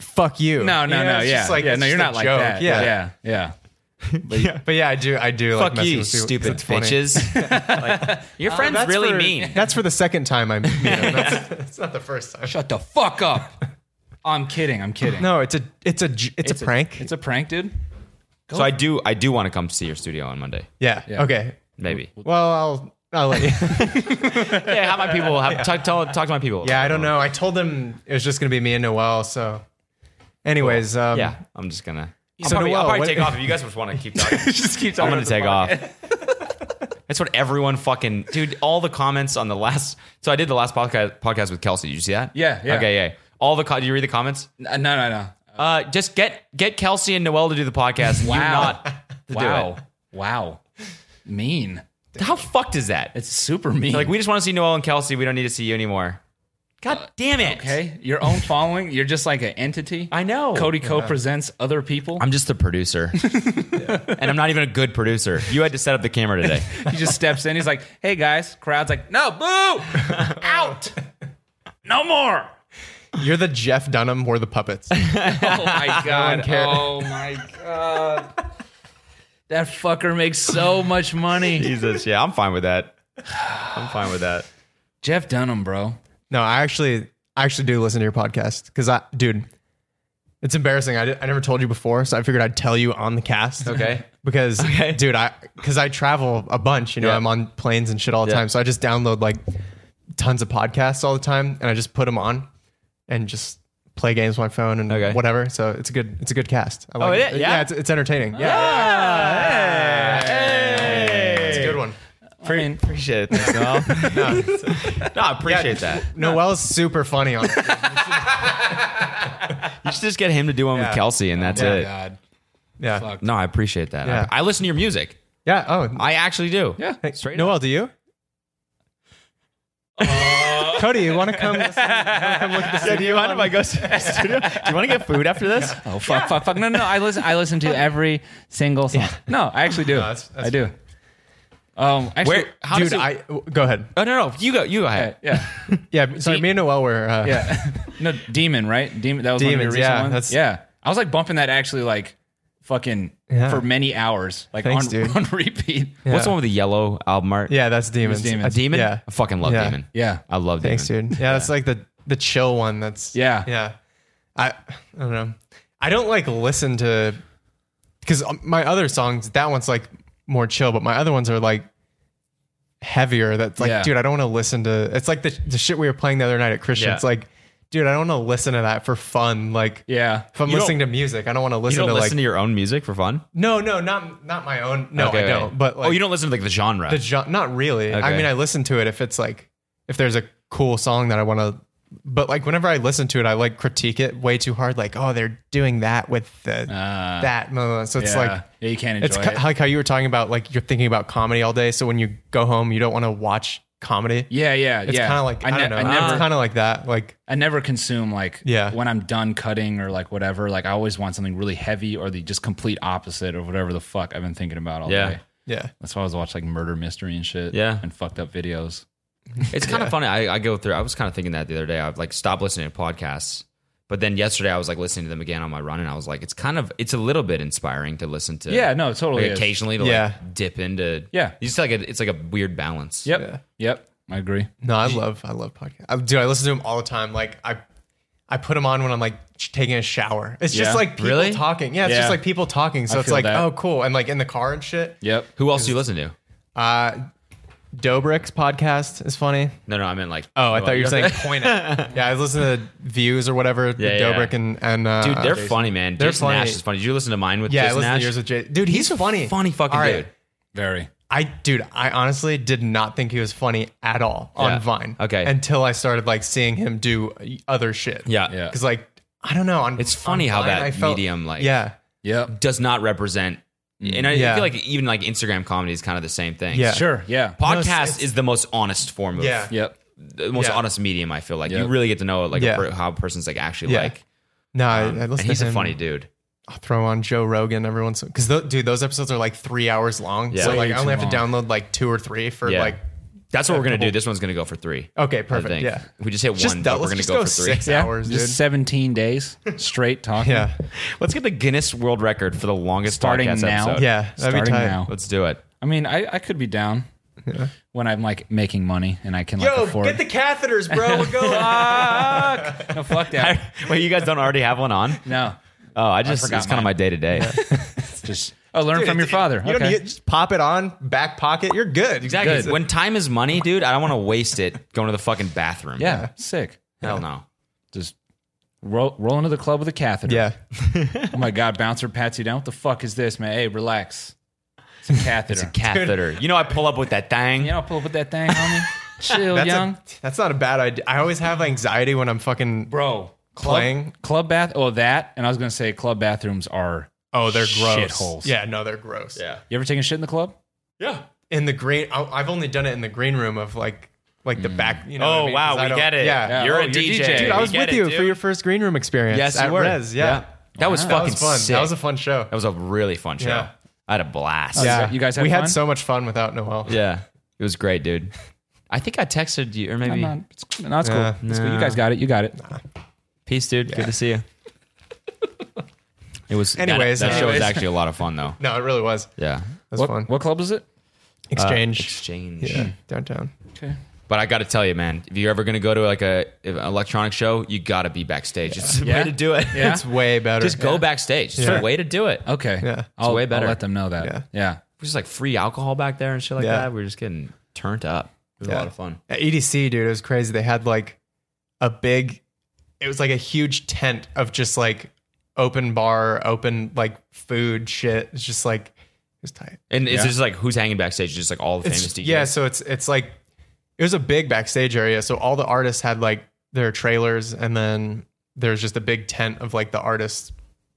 fuck you.
no, no,
You know,
no.
it's
Yeah.
just like-
yeah.
it's
No,
just
you're
a
not like
joke.
that.
Yeah.
Yeah. Yeah.
But yeah, I do. I do like
Fuck
messing
you,
with people 'cause
stupid
it's funny. Oh,
bitches. Like, your friend's
That's
really
for-
mean.
That's for the second time I meet him. That's, that's not the first time.
Shut the fuck up. I'm kidding. I'm kidding.
No, it's a it's a j- it's, a prank.
it's a prank, dude.
So I do, I do want to come see your studio on Monday.
yeah.
Yeah.
Okay.
Maybe.
Well, I'll I'll let you.
yeah, have my people. Have, talk, tell, talk to my people.
Yeah, I don't know. I told them it was just gonna be me and Noel. So, anyways, um,
Yeah, I'm just gonna. I'll
So
probably, I'll
Noel,
probably
what-
take off if you guys just want to keep talking.
Just keep
I'm gonna take off. That's what everyone fucking dude. All the comments on the last. So I did the last podcast podcast with Kelsey. Did you see that?
Yeah, yeah.
Okay. Yeah. All the. co- Did you read the comments?
No, no, no.
Uh, just get get Kelsey and Noel to do the podcast. and You
Wow.
not to
Wow.
do
Wow. Mean.
it. How fucked is that?
It's super mean.
like we just want to see Noel and Kelsey. We don't need to see you anymore. God damn it.
Uh, okay, your own following. You're just like an entity.
I know.
Cody Co presents other people.
I'm just a producer, and I'm not even a good producer. You had to set up the camera today.
he just steps in. He's like, "Hey guys," crowd's like, "No, boo, out, no more."
you're the Jeff Dunham. We're the puppets.
Oh my god.
cares.
oh my god. That fucker makes so much money.
Jesus, yeah, I'm fine with that. I'm fine with that.
Jeff Dunham, bro.
no, I actually I actually do listen to your podcast because I, dude, it's embarrassing. I, did, I never told you before, so I figured I'd tell you on the cast.
Okay.
Because, dude, I because I travel a bunch. You know,
Yeah.
I'm on planes and shit all the
Yeah.
time. So I just download like tons of podcasts all the time, and I just put them on and just play games on my phone and
Okay. Oh,
whatever. So it's a good it's a good cast. I like
it is? Yeah.
it's, it's entertaining. Yeah. It's a good one.
I mean,
Appreciate it. Thanks, Noel. no, I appreciate that.
Noel's super funny on it.
You should just get him to do one with
Yeah.
Kelsey, and that's it.
God.
Yeah.
Fuck.
No, I appreciate that.
Yeah.
I, I listen to your music.
Yeah. Oh,
I actually do.
Yeah.
hey,
straight
Noel, do you? Cody, you want to come?
do you mind if I go to the studio? Do you want to get food after this?
Oh fuck, fuck, fuck. No, no, I listen I listen to every single song. No, I actually do.
that's- that's
I do. Um actually
Where? How
Dude,
does it,
I go ahead.
Oh no, no, you go. You go ahead.
yeah.
Yeah, sorry, me and Noel were. Uh,
Yeah. no, Demon, right? Demon. That was one of
Demons,
your recent
yeah,
ones.
that's-
yeah. I was like bumping that actually like fucking
Yeah.
for many hours, like
Thanks,
on,
dude.
on repeat.
What's the one with the yellow album art?
Yeah, that's demons.
Demons.
a demon.
Yeah.
I fucking love
Yeah.
demon.
Yeah.
I love demon.
Thanks, dude. Yeah, that's like the the chill one. That's
Yeah.
yeah. I I don't know. I don't like listen to because my other songs. That one's like more chill, but my other ones are like heavier. That's like,
Yeah.
dude, I don't want to listen to. It's like the the shit we were playing the other night at Christian.
Yeah.
It's like, dude, I don't want to listen to that for fun. Like,
Yeah.
If I'm
You don't-
listening to music, I don't want to
You
listen
don't
to
listen
like
to your own music for fun?
no, no, not not my own. No,
Okay,
I
okay.
don't. But like,
oh, you don't listen to like the genre.
the gen- not really.
Okay.
I mean, I listen to it if it's like if there's a cool song that I want to. But like whenever I listen to it, I like critique it way too hard. Like, oh, they're doing that with the
Ah.
that. blah, blah, blah. So it's
yeah.
like
yeah, you can't enjoy
it's
it.
ki- like how you were talking about like you're thinking about comedy all day. So when you go home, you don't want to watch comedy.
yeah, yeah,
It's
yeah.
kind of like I,
ne-
don't know.
I
it's
never,
kind of like that. Like
I never consume like
Yeah.
when I'm done cutting or like whatever. Like I always want something really heavy or the just complete opposite or whatever the fuck I've been thinking about all
Yeah.
day.
yeah,
That's why I was watching like murder mystery and shit.
Yeah.
and fucked up videos.
It's kind of funny. I, I go through. I was kind of thinking that the other day. I've like stopped listening to podcasts, but then yesterday I was like listening to them again on my run, and I was like, it's kind of, it's a little bit inspiring to listen to.
Yeah, no, it
like
totally. is.
occasionally to
Yeah.
like dip into.
Yeah.
it's like a, it's like a weird balance.
Yep,
Yeah.
yep. I agree.
No, I love I love podcasts. I, dude, I listen to them all the time. Like I I put them on when I'm like sh- taking a shower. It's
Yeah.
just like people
Really?
talking. Yeah, it's
Yeah.
just like people talking. So
I
it's
feel
like
that.
oh cool, and like in the car and shit.
Yep.
Who else do you listen to?
Uh, Dobrik's podcast is funny.
No, no, I meant like.
Oh, I
Noel.
thought you were saying point at. Yeah, I listened to Views or whatever.
Yeah,
the
yeah.
Dobrik and and uh,
Dude, they're
Jason.
funny, man.
They're
Jason
funny.
Nash is funny. Did you listen to mine with
Yeah, I
Jason
listened
Nash?
to yours with Jason. Dude, he's,
He's a
funny.
funny fucking
All right.
dude.
Very.
I dude, I honestly did not think he was funny at all
Yeah.
on Vine.
Okay.
Until I started like seeing him do other shit.
Yeah.
Yeah.
Because like I don't know. On,
It's funny
on
how
Vine,
that
I felt-
medium, like,
Yeah.
Yep.
does not represent. And I, I
Yeah.
feel like even like Instagram comedy is kind of the same thing.
Yeah.
Sure. Yeah.
No,
Podcast
it's-
is the most honest form of
Yeah.
Yep.
the most
Yeah.
honest medium. I feel like
Yeah.
you really get to know like a
Yeah.
per- how a person's like actually
Yeah.
like.
No, I, I
um,
listened
and he's
to
a
him.
funny dude.
I'll throw on Joe Rogan every once because dude, those episodes are like three hours long.
Yeah.
So like
Way
I only
too
have to
long.
download like two or three for
Yeah.
like
That's what we're gonna do.
couple-
This one's gonna go for three.
okay,
I
perfect.
think.
Yeah.
We just hit one,
Just
but
that-
we're
let's
gonna
just
go,
go
for three.
six
Yeah.
Hours,
Just
dude.
17 days straight talking.
Yeah.
Let's get the Guinness World Record for the longest
Starting
podcast
now.
episode.
Yeah. That'd
Starting
be tight.
now.
Let's do it.
I mean, I, I could be down when I'm like making money and I can like afford.
catheters, bro. We're going.
no, fuck that.
Wait, you guys don't already have one on?
no.
Oh, I just
forgot
it's kind of
mine.
my day to day.
Just oh, learn from your
It-
father.
You don't
okay.
need- just pop it on back pocket. You're good.
Exactly.
Good.
When time is money, dude, I don't want to waste it going to the fucking bathroom.
yeah, Sick.
Hell no.
Just roll roll into the club with a catheter.
Yeah.
Oh my god, bouncer pats you down. What the fuck is this, man? Hey, relax. It's a catheter.
Catheter. You know, I pull up with that thing.
You know, pull up with that thing, homie. Chill,
That's,
young.
A, that's not a bad idea. I always have anxiety when I'm fucking.
Bro, club,
Playing?
club bath. Oh, that. And I was gonna say, club bathrooms are.
Oh, they're
gross. Shitholes.
Yeah, no, they're gross.
Yeah.
You ever taken shit in the club?
Yeah.
In the green, I- I've only done it in the green room of like, like the back. You know. what I
Oh,
mean? 'Cause
wow.
I
We
don't-
get it.
Yeah.
Yeah.
You're
Oh,
a
you're
DJ.
DJ. Dude,
Dude, I
We
was
get
with
it,
you
dude.
for your first green room experience.
Yes,
at
you were.
Res, yeah.
That was
Wow.
fucking
That was fun.
sick.
That was a fun show.
That was a really fun show.
Yeah.
I had a blast.
yeah.
you guys had
we
fun?
had so much fun without Noel.
Yeah. It was great, dude. I think I texted you, or
I'm
maybe
not. It's, no, it's
Nah.
cool. It's cool. You guys got it. You got it.
peace, dude. Good to see you. It was. that-
Anyways,
that, show was
anyways.
actually a lot of fun, though.
No, it really was. It
Yeah.
was
What,
fun.
what club is it?
Exchange.
uh, Exchange. Hmm.
Yeah. Downtown.
Okay.
But I got to tell you, man, if you're ever gonna go to like a if an electronic show, you got to be backstage. It's the
Yeah.
way to do it.
Yeah.
It's way better.
Just go backstage. It's
Yeah.
the way to do it.
Okay.
Yeah. It's
I'll,
way better.
I'll let them know that. Yeah.
Yeah.
Just like free alcohol back there and shit like
Yeah.
that. We are just getting turned up. It was a
Yeah.
lot of fun.
At EDC, dude, it was crazy. They had like a big, it was like a huge tent of just like open bar, open like food shit. It's just like, it's tight.
And it's
Yeah.
just like who's hanging backstage? Just like all the
It's-
famous DJs.
yeah, so it's it's like it was a big backstage area. So all the artists had like their trailers, and then there's just a big tent of like the artist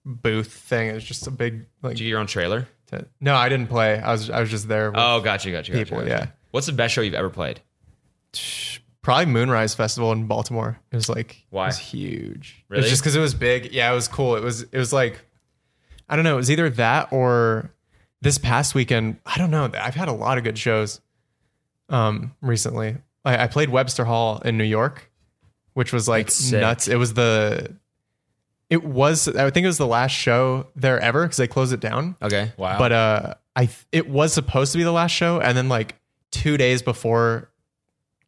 booth thing. It was just a big like.
Do you get your own trailer?
tent. No, I didn't play. I was I was just there. With
Oh, gotcha, gotcha, gotcha.
people.
gotcha.
Yeah,
What's the best show you've ever played?
probably Moonrise Festival in Baltimore. It was like
Why?
It was huge. It
Really?
was just because it was big. Yeah, it was cool. It was it was like I don't know. It was either that or this past weekend. I don't know. I've had a lot of good shows um recently. I, I played Webster Hall in New York, which was like
That's sick.
nuts. It was the it was I think it was the last show there ever because they closed it down
Okay.
Wow.
but uh i th- it was supposed to be the last show and then like two days before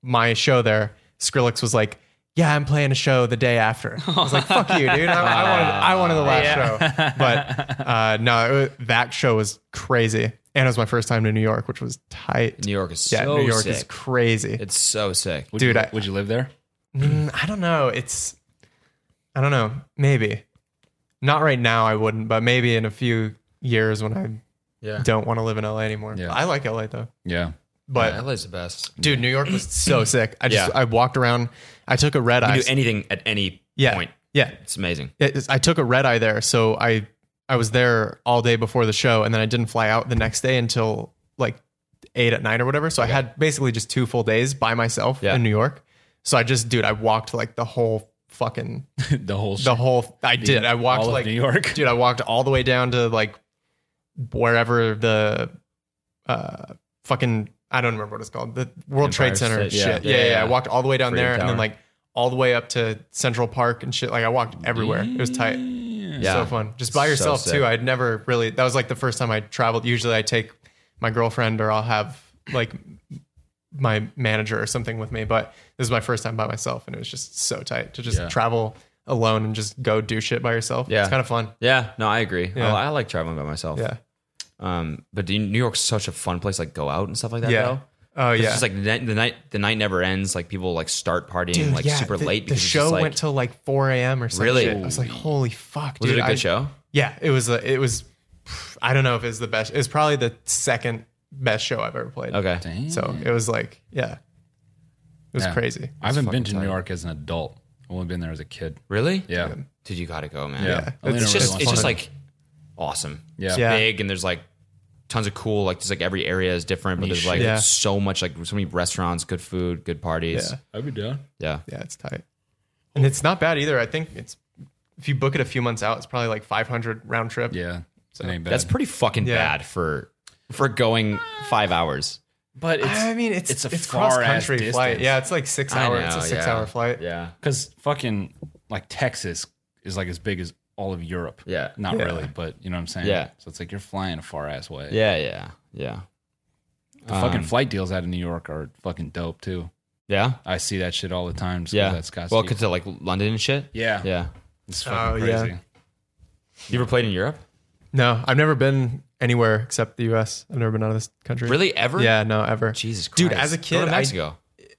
my show there skrillex was like yeah i'm playing a show the day after i was like fuck you dude i, I wanted i wanted the last show but uh no it wa- that show was crazy and it was my first time to new york which was tight
New York is
yeah
so
new york
sick.
is crazy
it's so sick.
would
dude,
you,
I-
would you live there?
Mm, i don't know it's i don't know maybe not right now i wouldn't but maybe in a few years when i
Yeah.
don't want to live in la anymore
Yeah.
i like la though
Yeah.
but
LA's the best.
dude new york was so sick i just
Yeah.
i walked around i took a red eye
You can do anything at any
yeah
point.
yeah
It's amazing.
It is- i took a red eye there so i i was there all day before the show and then i didn't fly out the next day until like eight at night or whatever so i had basically just two full days by myself
Yeah.
in new york so i just dude i walked like the whole fucking
the whole.
the whole i did i walked
all of
like
New York.
dude i walked all the way down to like wherever the uh fucking i don't remember what it's called the world
Empire
trade center
State-
shit
yeah.
yeah. Yeah,
Yeah,
yeah
yeah.
i walked all the way down
Freedom
there and
Tower.
then like all the way up to central park and shit like i walked everywhere it was tight
Yeah.
so fun just by
So
yourself
sick.
too i'd never really that was like the first time i traveled usually i take my girlfriend or i'll have like my manager or something with me but this is my first time by myself and it was just so tight to just
Yeah.
travel alone and just go do shit by yourself
Yeah.
it's kind of fun
Yeah, no, I agree. Oh,
Yeah.
I, I like traveling by myself.
yeah
Um, but do you- New York's such a fun place. Like go out and stuff like that.
Yeah.
Though.
Oh yeah.
It's just like the night, the night the night never ends. Like people like start partying
Dude,
like
yeah,
super
the,
late
The
because it's
show
just, like,
went till like 4 a.m. or something.
Really?
I was like, holy fuck,
was
dude.
it a good
I-
show?
Yeah, it was. A, it was. I don't know if it's the best. It's probably the second best show I've ever played.
Okay.
So it was like, yeah, it was
Yeah.
crazy.
I haven't been to New York as an adult. I've only been there as a kid.
Really?
Yeah.
Dude, you gotta go, man.
Yeah.
Yeah. It's
Elena really
just
wants
it's
to
just
go.
like awesome.
Yeah.
It's
Yeah.
big and there's like tons of cool like just like every area is different, but there's like
Yeah.
so much like so many restaurants, good food, good parties.
Yeah.
I'd be down.
Yeah.
Yeah, it's tight, and it's not bad either. I think it's if you book it a few months out, it's probably like 500 round trip.
Yeah. it ain't bad.
That's pretty fucking
Yeah.
bad for for going five hours.
but it's
I mean, it's
It's
it's
a
a
far-ass
cross country flight.
distance.
Yeah, it's like six
I
hours. It's a
know,
six
yeah.
hour flight.
Yeah.
because fucking like Texas is like as big as all of Europe.
Yeah.
Not
Yeah.
really, but you know what I'm saying?
Yeah.
So it's like you're flying a far ass way.
Yeah, yeah. Yeah.
The
Um,
fucking flight deals out of New York are fucking dope too.
Yeah.
I see that shit all the time. just 'cause
Yeah.
That's Scott's
well, because like London and shit.
yeah.
Yeah.
It's fucking
Oh, yeah.
crazy.
You ever played in Europe?
No, I've never been anywhere except the U.S. I've never been out of this country.
Really? Ever?
Yeah, no, ever.
Jesus Christ.
Dude, as a
Go
kid,
to
I-
Mexico.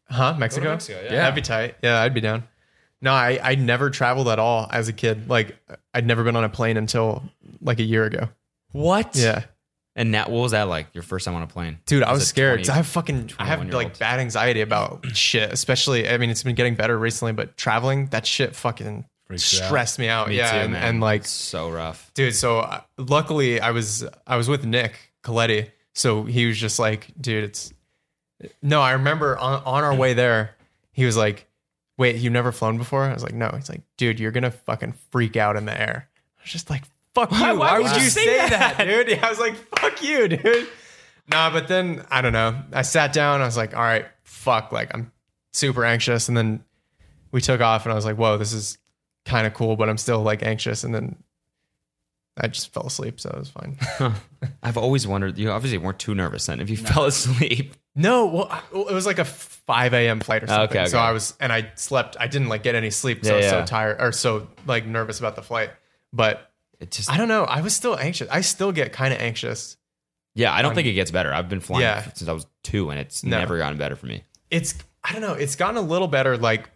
Huh? Mexico?
Mexico, yeah.
Yeah.
That'd be tight. Yeah, I'd be down. No, I, I never traveled at all as a kid. Like I'd never been on a plane until like a year ago.
what?
Yeah.
And that what was that like? Your first time on a plane?
Dude, I
As
was
a
scared.
20
'cause I have fucking I have
21-year-old.
like bad anxiety about shit, especially I mean it's been getting better recently, but traveling, that shit fucking
Freaks you out.
stressed me out.
Me
yeah.
too,
and,
man.
and like
It's so rough.
dude so uh, luckily i was i was with nick coletti so he was just like dude it's no i remember on, on our way there he was like wait you've never flown before i was like no he's like dude you're gonna fucking freak out in the air i was just like fuck you why, would you say that, dude i was like fuck you dude nah but then i don't know i sat down i was like all right fuck like i'm super anxious and then we took off and i was like whoa this is kind of cool but i'm still like anxious and then I just fell asleep, so it was fine.
I've always wondered. You obviously weren't too nervous then. If you fell asleep,
no, well, I- well, it was like a 5 a.m. flight or something.
okay.
So I was, and I slept. I didn't like get any sleep because I was
Yeah, yeah.
so tired or so like nervous about the flight. But
it just
I don't know. I was still anxious. I still get kind of anxious.
yeah. I don't think it gets better. I've been flying
Yeah.
since I was two, and it's
No.
never gotten better for me.
It's, I don't know. It's gotten a little better. Like,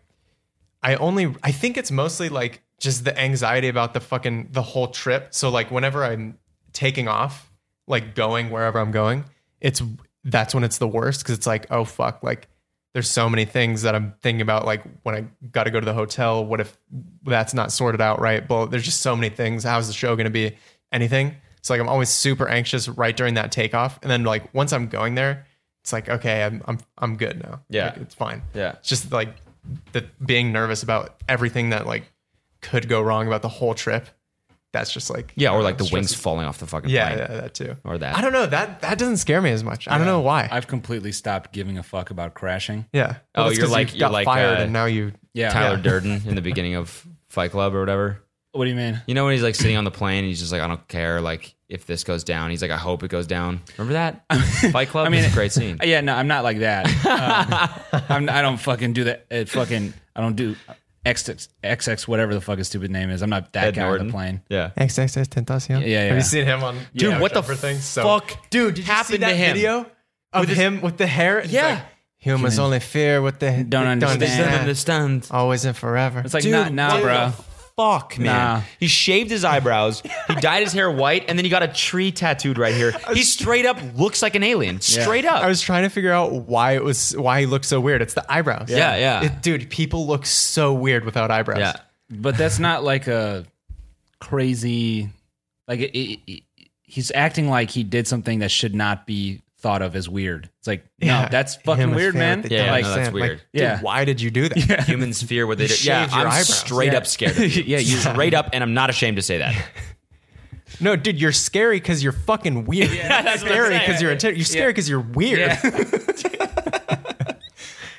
I only, I think it's mostly like just the anxiety about the fucking, the whole trip. So like whenever I'm taking off, like going wherever I'm going, it's, that's when it's the worst because it's like, oh fuck, like, there's so many things that I'm thinking about, like when I got to go to the hotel. What if that's not sorted out right? But there's just so many things. How's the show going to be? Anything? So like I'm always super anxious right during that takeoff, and then like once I'm going there, it's like okay, I'm I'm I'm good now.
Yeah.
Like, it's fine.
Yeah.
it's just like the being nervous about everything that like could go wrong about the whole trip. That's just like
Yeah, or like the
stress-
wings falling off the fucking
Yeah,
plane.
yeah, that too.
Or that.
I don't know. That that doesn't scare me as much. I don't know why.
I've completely stopped giving a fuck about crashing.
yeah.
Oh,
that's
you're
'cause
like-
you
you're
got
like,
fired,
uh,
and now you.
Yeah.
Tyler
Yeah.
Durden in the beginning of Fight Club or whatever.
What do you mean?
You know when he's like sitting on the plane, and he's just like, I don't care. Like if this goes down, he's like, I hope it goes down. Remember that Fight Club? I mean,
mean-
it's a great scene.
Uh, Yeah, no, I'm not like that. Um, I'm, I don't fucking do that. It fucking, I don't do XX, XX, whatever the fuck his stupid name is. I'm not that
Ed
guy
Norton.
on the plane.
Yeah.
XXX Tentacion.
yeah,
Have
yeah.
you seen him on
Dude,
Couch
what the
Over things? So-
fuck
dude? Did you
happened
see
to
that
him?
video of him with the hair? It's
Yeah.
like, humans only fear what they don't,
understand.
Doesn't
Yeah.
understand.
Always and forever.
It's like, nah, nah,
what
bro.
the Fuck, man.
Nah.
He shaved his eyebrows. He dyed his hair white, and then he got a tree tattooed right here. He straight up looks like an alien. Straight up.
I was trying to figure out why it was why he looked so weird. It's the eyebrows.
Yeah, yeah.
It- dude, people look so weird without eyebrows.
yeah.
But that's not like a crazy, like, it, it, it- he's acting like he did something that should not be thought of as weird. It's like, no,
Yeah.
that's
Him
fucking
as
weird,
fair,
man.
they
Yeah,
don't
like,
like,
no, that's
understand. Like,
weird.
dude,
Yeah.
why did you do that? Yeah.
Humans fear what they do.
shaved
Yeah,
your
I'm
eyebrows.
straight
Yeah.
up scared. Of you.
Yeah, you-
straight up, and I'm not ashamed to say that.
No, dude, you're scary because you're fucking weird.
that's
you're
what I'm
scary
saying.
because you're intent- you're scary because you're weird.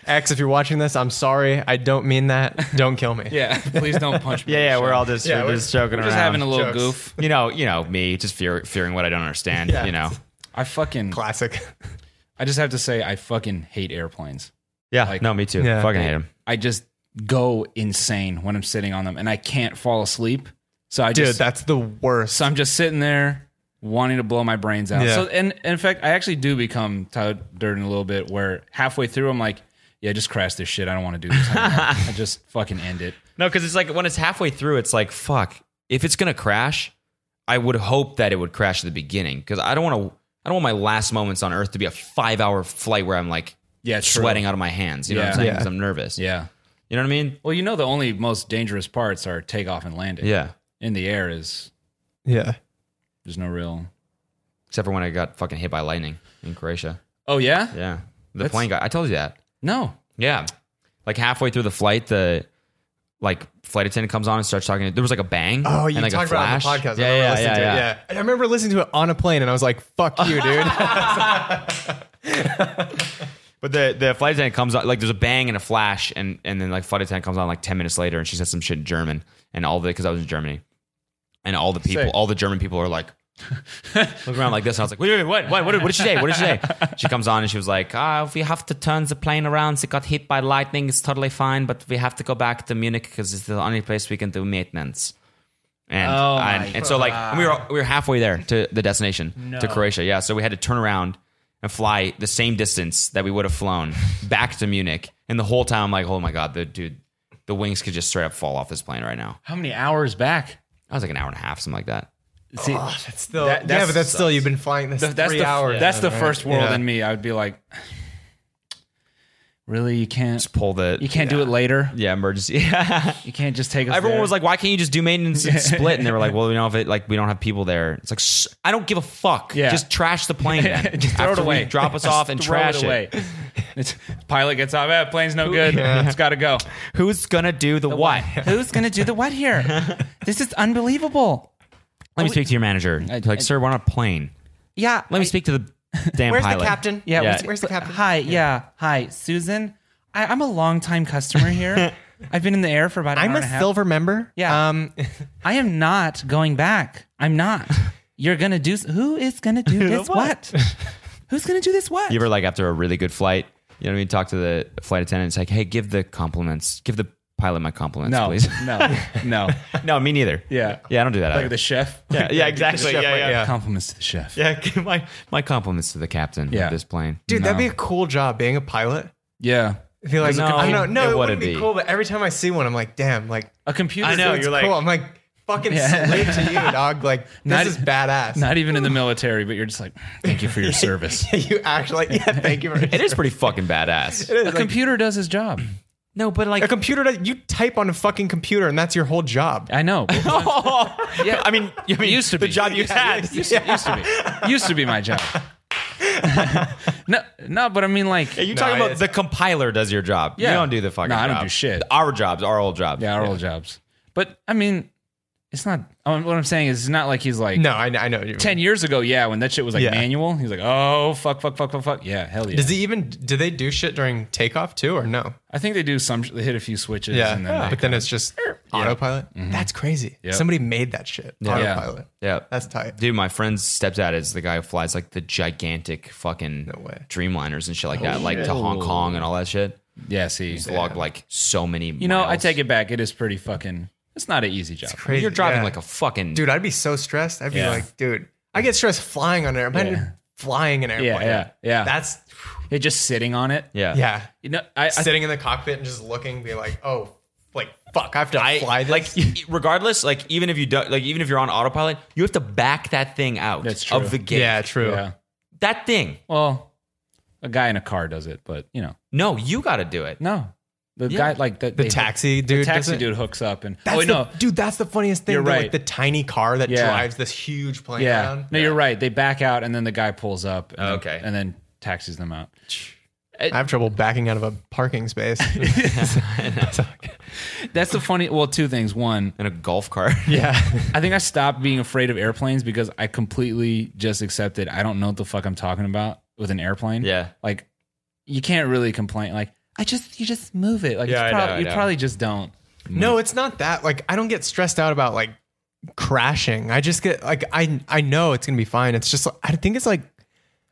X, if you're watching this, I'm sorry. I don't mean that. Don't kill me.
Yeah, please don't punch me.
Yeah, yeah,
Sean.
we're all just
Yeah,
we're,
we're-
just joking
We're
around.
just having a little
Jokes.
goof.
you know, you know me, just fear, fearing what I don't understand.
Yeah.
You know,
I fucking,
Classic.
I just have to say, I fucking hate airplanes.
yeah,
Like-
no, me too.
Yeah.
Fucking hate him.
I just go insane when I'm sitting on them and I can't fall asleep. So I
Dude,
just
that's the worst.
so I'm just sitting there wanting to blow my brains out.
Yeah.
So, and, and in fact, I actually do become Tyler Durden a little bit where halfway through I'm like, yeah, just crash this shit. I don't want to do this. anymore. I just fucking end it.
No, because it's like when it's halfway through, it's like fuck. If it's gonna crash, I would hope that it would crash at the beginning because I don't want to. I don't want my last moments on Earth to be a five-hour flight where I'm like
Yeah, true.
sweating out of my hands. You know what
Yeah.
I'm saying?
Yeah.
'Cause I'm nervous.
Yeah.
You know what I mean?
Well, you know, the only most dangerous parts are takeoff and landing.
Yeah.
In the air is
Yeah.
there's no real.
Except for when I got fucking hit by lightning in Croatia.
Oh yeah.
Yeah. The
That's-
plane got. I told you that.
No.
Yeah. Like halfway through the flight, the like flight attendant comes on and starts talking. There was like a bang.
Oh, you
and like a
talked about it
flash.
on the podcast.
Yeah,
I remember
yeah, yeah,
listening to
yeah.
It. yeah. And I remember listening to it on a plane, and I was like, "Fuck you, dude."
But the the flight attendant comes on like there's a bang and a flash and and then like flight attendant comes on like ten minutes later and she said some shit in German and all the because I was in Germany and all the people
Sick.
all the German people are like looking around like this and I was like wait wait what what what did, what did she say what did she say she comes on and she was like ah we have to turn the plane around it got hit by lightning it's totally fine but we have to go back to Munich because it's the only place we can do maintenance. And,
Oh
and,
my
and so like we were we were halfway there to the destination to Croatia. Yeah, so we had to turn around and fly the same distance that we would have flown back to Munich. And the whole time I'm like, oh my god, the dude, the wings could just straight up fall off this plane right now.
How many hours back?
I was like an hour and a half, something like that.
See,
That's still,
That-
yeah,
that's-
but that's still you've been flying this
th- that's
three
the
hours.
that's the
right?
first world
Yeah.
in me. I would be like, really, you can't
Just pull the
you can't do it later.
Yeah, emergency. Yeah.
You can't just take us.
Everyone
there.
was like, "Why can't you just do maintenance and split?" And they were like, "Well, we don't have it. Like, we don't have people there." It's like, "Shh, I don't give a fuck.
Yeah.
Just trash the plane then.
Just throw it
After we
away.
Drop us off and
Throw
trash
it away. It's, pilot gets off. Eh, plane's no good. It's got to go.
Who's gonna do the, what?
Who's gonna do the what here? This is unbelievable.
Let me speak to your manager. like, sir, we're on a plane.
Yeah.
Let me speak to the damn
Where's
pilot.
the captain?
Yeah.
where's, where's the captain?
Hi, yeah. Hi, Susan. I, I'm a longtime customer here. I've been in the air for about an
I'm
hour
a
and a half.
silver member.
Yeah.
Um,
I am not going back. I'm not. You're going to do. s- Who is going to do this what? Who's going to do this what?
You ever like after a really good flight? You know what I mean? Talk to the flight attendant. It's like, hey, give the compliments. Give the pilot my compliments,
No,
please.
no, no.
no, me neither.
Yeah.
Yeah, I don't do that.
Like
either.
the chef.
yeah, yeah, exactly. Yeah,
chef,
yeah,
like,
yeah.
yeah.
Compliments to the chef.
give my my compliments to the captain
Yeah.
of this plane.
dude, that'd be a cool job being a pilot.
Yeah.
I feel like
No,
I don't know. No,
it wouldn't
it, wouldn't be
be.
cool. But every time I see one, I'm like, damn, like
A computer.
I know.
it's
you're like-
cool. I'm like, fucking salute to you, dog. Like this
Not-
is badass.
Not even in the military, but you're just like, thank you for your service.
you actually, like, yeah, thank you. For
It is pretty fucking badass.
a computer does his job.
No, but
a
like,
computer. That you type on a fucking computer, and that's your whole job.
I know.
yeah. I mean, you mean
used to
the
be.
job you had.
used, to, used to be. Used to be my job. no, no, but I mean, like,
Are you talking about
it's-
the compiler does your job?
Yeah.
You don't do the fucking.
No, I don't
job.
do shit.
Our jobs, our old jobs.
yeah, our old jobs. But I mean, it's not. I mean, what I'm saying is, it's not like he's like
No, I, I know. what you mean.
ten years ago. Yeah, when that shit was like
Yeah.
manual, he's like, oh fuck, fuck, fuck, fuck, fuck. Yeah, hell yeah.
Does he even? Do they do shit during takeoff too, or no?
I think they do some. They hit a few switches.
Yeah,
and then they
but then it's just autopilot. That's crazy. Somebody made that shit.
Mm-hmm. Yeah.
Autopilot.
Yeah.
That's tight.
Dude, my friend's stepdad is the guy who flies like the gigantic fucking
way.
Dreamliners and shit like
Oh,
that, like to Hong Kong and all that shit.
yeah, see,
He's logged like so many.
you know, I take it back. It is pretty fucking. It's not an easy job.
Crazy.
You're driving
Yeah.
like a fucking
dude. I'd be so stressed. I'd
Yeah.
be like, dude, I get stressed flying on an airplane.
Yeah.
Flying an airplane.
Yeah, yeah, yeah.
That's
You're just sitting on it.
Yeah,
yeah.
You know, I, I
Sitting in the cockpit and just looking, be like, oh, like fuck, I have to
I
fly this.
like regardless, like even if you do, like even if you're on autopilot, you have to back that thing out
That's true.
of the gate.
true.
yeah.
that thing.
Well, a guy in a car does it, but you know,
No, you got to do it.
no, the
Yeah.
guy like that.
The taxi dude.
the taxi
does it.
dude hooks up and
That's
oh wait,
the,
no,
dude. That's the funniest thing.
You're
They're,
right.
Like the tiny car that
Yeah.
drives this huge plane
yeah,
around.
no, you're right. They back out and then the guy pulls up. And
Okay.
then, and then taxis them out.
I have trouble backing out of a parking space.
That's the funny. Well, two things. One,
In a golf cart.
yeah.
I think I stopped being afraid of airplanes because I completely just accepted I don't know what the fuck I'm talking about with an airplane.
Yeah.
like you can't really complain. Like I just you just move it. Like
Yeah, I
it's
know,
prob-
I
you
know.
probably just don't.
No, it's not that. Like I don't get stressed out about like crashing. I just get like I I know it's gonna be fine. It's just I think it's like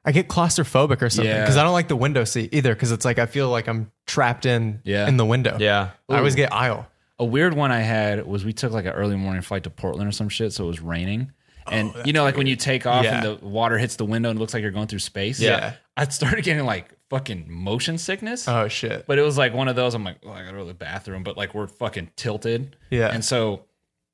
I get claustrophobic or something
Yeah.
because I don't like the window seat either because it's like I feel like I'm trapped in
Yeah.
in the window.
Yeah.
I always get aisle.
A weird one I had was we took like an early morning flight to Portland or some shit, so it was raining. and you know, like when you take off
Yeah.
and the water hits the window and it looks like you're going through space.
Yeah.
I started getting like fucking motion sickness.
Oh shit.
But it was like one of those. I'm like, oh, I gotta go to the bathroom, but like we're fucking tilted.
Yeah.
And so,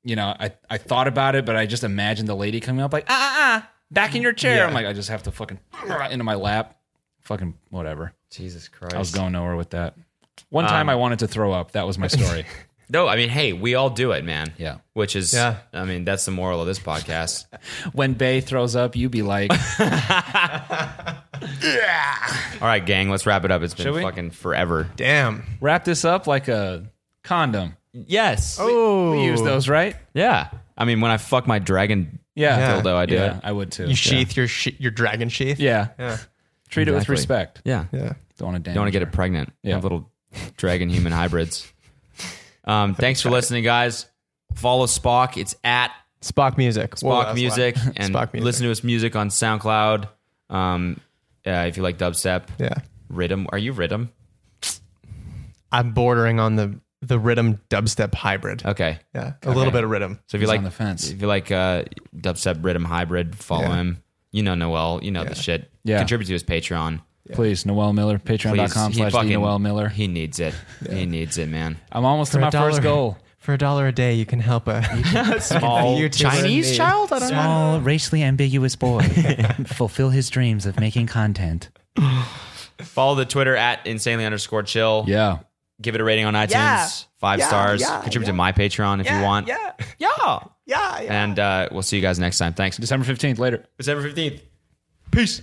you know, I I thought about it, but I just imagined the lady coming up like, ah, ah, ah back in your chair.
Yeah.
I'm like, I just have to fucking into my lap. Fucking whatever.
Jesus Christ.
I was going nowhere with that.
Um,
One time I wanted to throw up. That was my story.
No, I mean, hey, we all do it, man.
Yeah.
Which is,
Yeah.
I mean, that's the moral of this podcast.
when Bay throws up, you be like,
all right, gang, let's wrap it up. It's
Should
been
we?
fucking forever.
Damn.
wrap this up like a condom.
Yes.
Oh.
We use those, right?
Yeah. I mean, when I fuck my dragon
Yeah.
dildo, I do
Yeah,
it.
I would too.
You sheath your sh- your dragon sheath.
Yeah.
Yeah.
Treat it with
Exactly.
respect.
Yeah.
Yeah.
Don't want to damage.
Don't want to get it pregnant.
Yeah.
Have little dragon human hybrids. Um, thanks for listening, guys. Follow Spock. It's at
Spock music. Spock
Spock Music and
Oh, Spock music.
listen to his music on SoundCloud. Um, uh, if you like dubstep,
Yeah.
rhythm. Are you rhythm?
I'm bordering on the the rhythm dubstep hybrid.
Okay.
Yeah. A little bit of rhythm.
So if you
He's
like
on the fence.
if you like uh, dubstep rhythm hybrid, follow
Yeah.
him. You know Noel. You know the shit.
Yeah.
Contribute to his Patreon.
Please, Noel Miller,
Please.
patreon.com
He
slash
fucking-
the Noel Miller.
He needs it. He needs it, man.
I'm almost to my first goal.
For a dollar a day, you can help a
Small
YouTuber in
Chinese
need.
child. I don't know.
Small, racially ambiguous boy. Fulfill his dreams of making content.
Follow the Twitter at insanely underscore chill.
Yeah.
Give it a rating on iTunes. Five stars. Contribute to my Patreon if you want. Yeah. Yeah. Yeah. And uh, we'll see you guys next time. Thanks.
December 15th, later.
December 15th.
Peace.